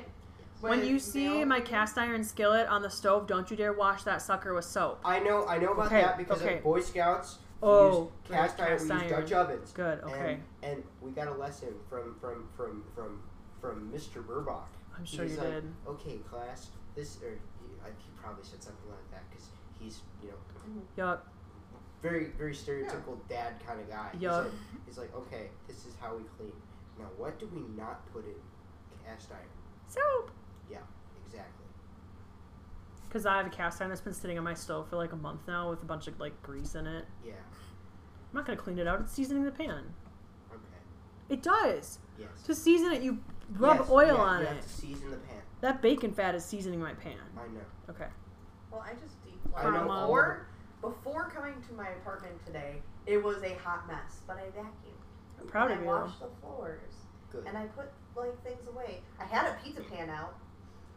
When
it
you see
nailed
my
me?
cast iron skillet on the stove, don't you dare wash that sucker with soap.
I know I know about
Okay,
that because
okay.
at Boy Scouts we
Oh,
used cast iron, we used Dutch ovens.
Good. Okay.
And, and we got a lesson from from from from from Mr. Burbach.
I'm sure
he's
you
like,
did.
Okay, class. This or he, I, he probably said something like that because he's you know
Yup.
very very stereotypical dad kind of guy. He's
Yeah.
like- He's like, okay, this is how we clean. Now, what do we not put in cast iron?
Soap.
Exactly.
Because I have a cast iron that's been sitting on my stove for like a month now with a bunch of like grease in it.
Yeah.
I'm not gonna clean it out. It's seasoning the pan.
Okay.
It does.
Yes.
To season it, you rub
Yes,
oil
yeah,
on
you
it.
Have to season the pan.
That bacon fat is seasoning my pan.
I know.
Okay.
Well, I just deep
I
know all of
before before coming to my apartment today, it was a hot mess, but I vacuumed.
I'm proud
and
of
I
you.
washed the floors
Good.
and I put like things away. I had a pizza pan out.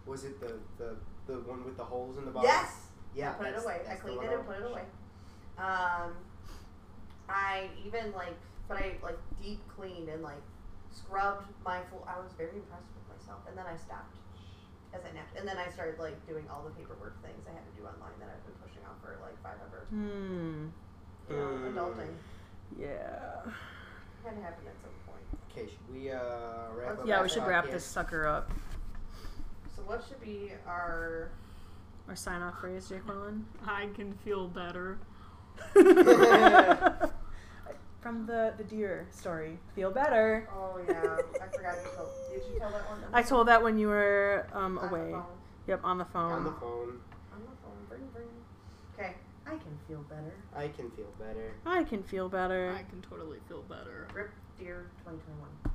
Was it the, the the one with the holes in the bottom?
Yes.
Yeah.
I put it
that's-
away. I
that's
cleaned
the one
it
I
and put it away. Um, I even like, but I like deep cleaned and like scrubbed my full. I was very impressed with myself, and then I stopped as I napped, and then I started like doing all the paperwork things I had to do online that I've been pushing off for like five ever.
Hmm.
You know,
Mm.
adulting
Yeah.
had to happen at some point.
Okay, should we uh, wrap up?
Yeah, we
this
should wrap
podcast?
this sucker up.
So what should be our?
Or sign off phrase, Jacqueline.
I can feel better.
From the the deer story. Feel better.
Oh yeah, I forgot to tell. Did you tell that one?
I told that when you were um,
On the
away.
phone.
Yep, on the phone.
On the phone,
On the phone. Bring, bring. Okay, I can feel better.
I can feel better.
I can feel better.
I can totally feel better.
Rip Deer 2021.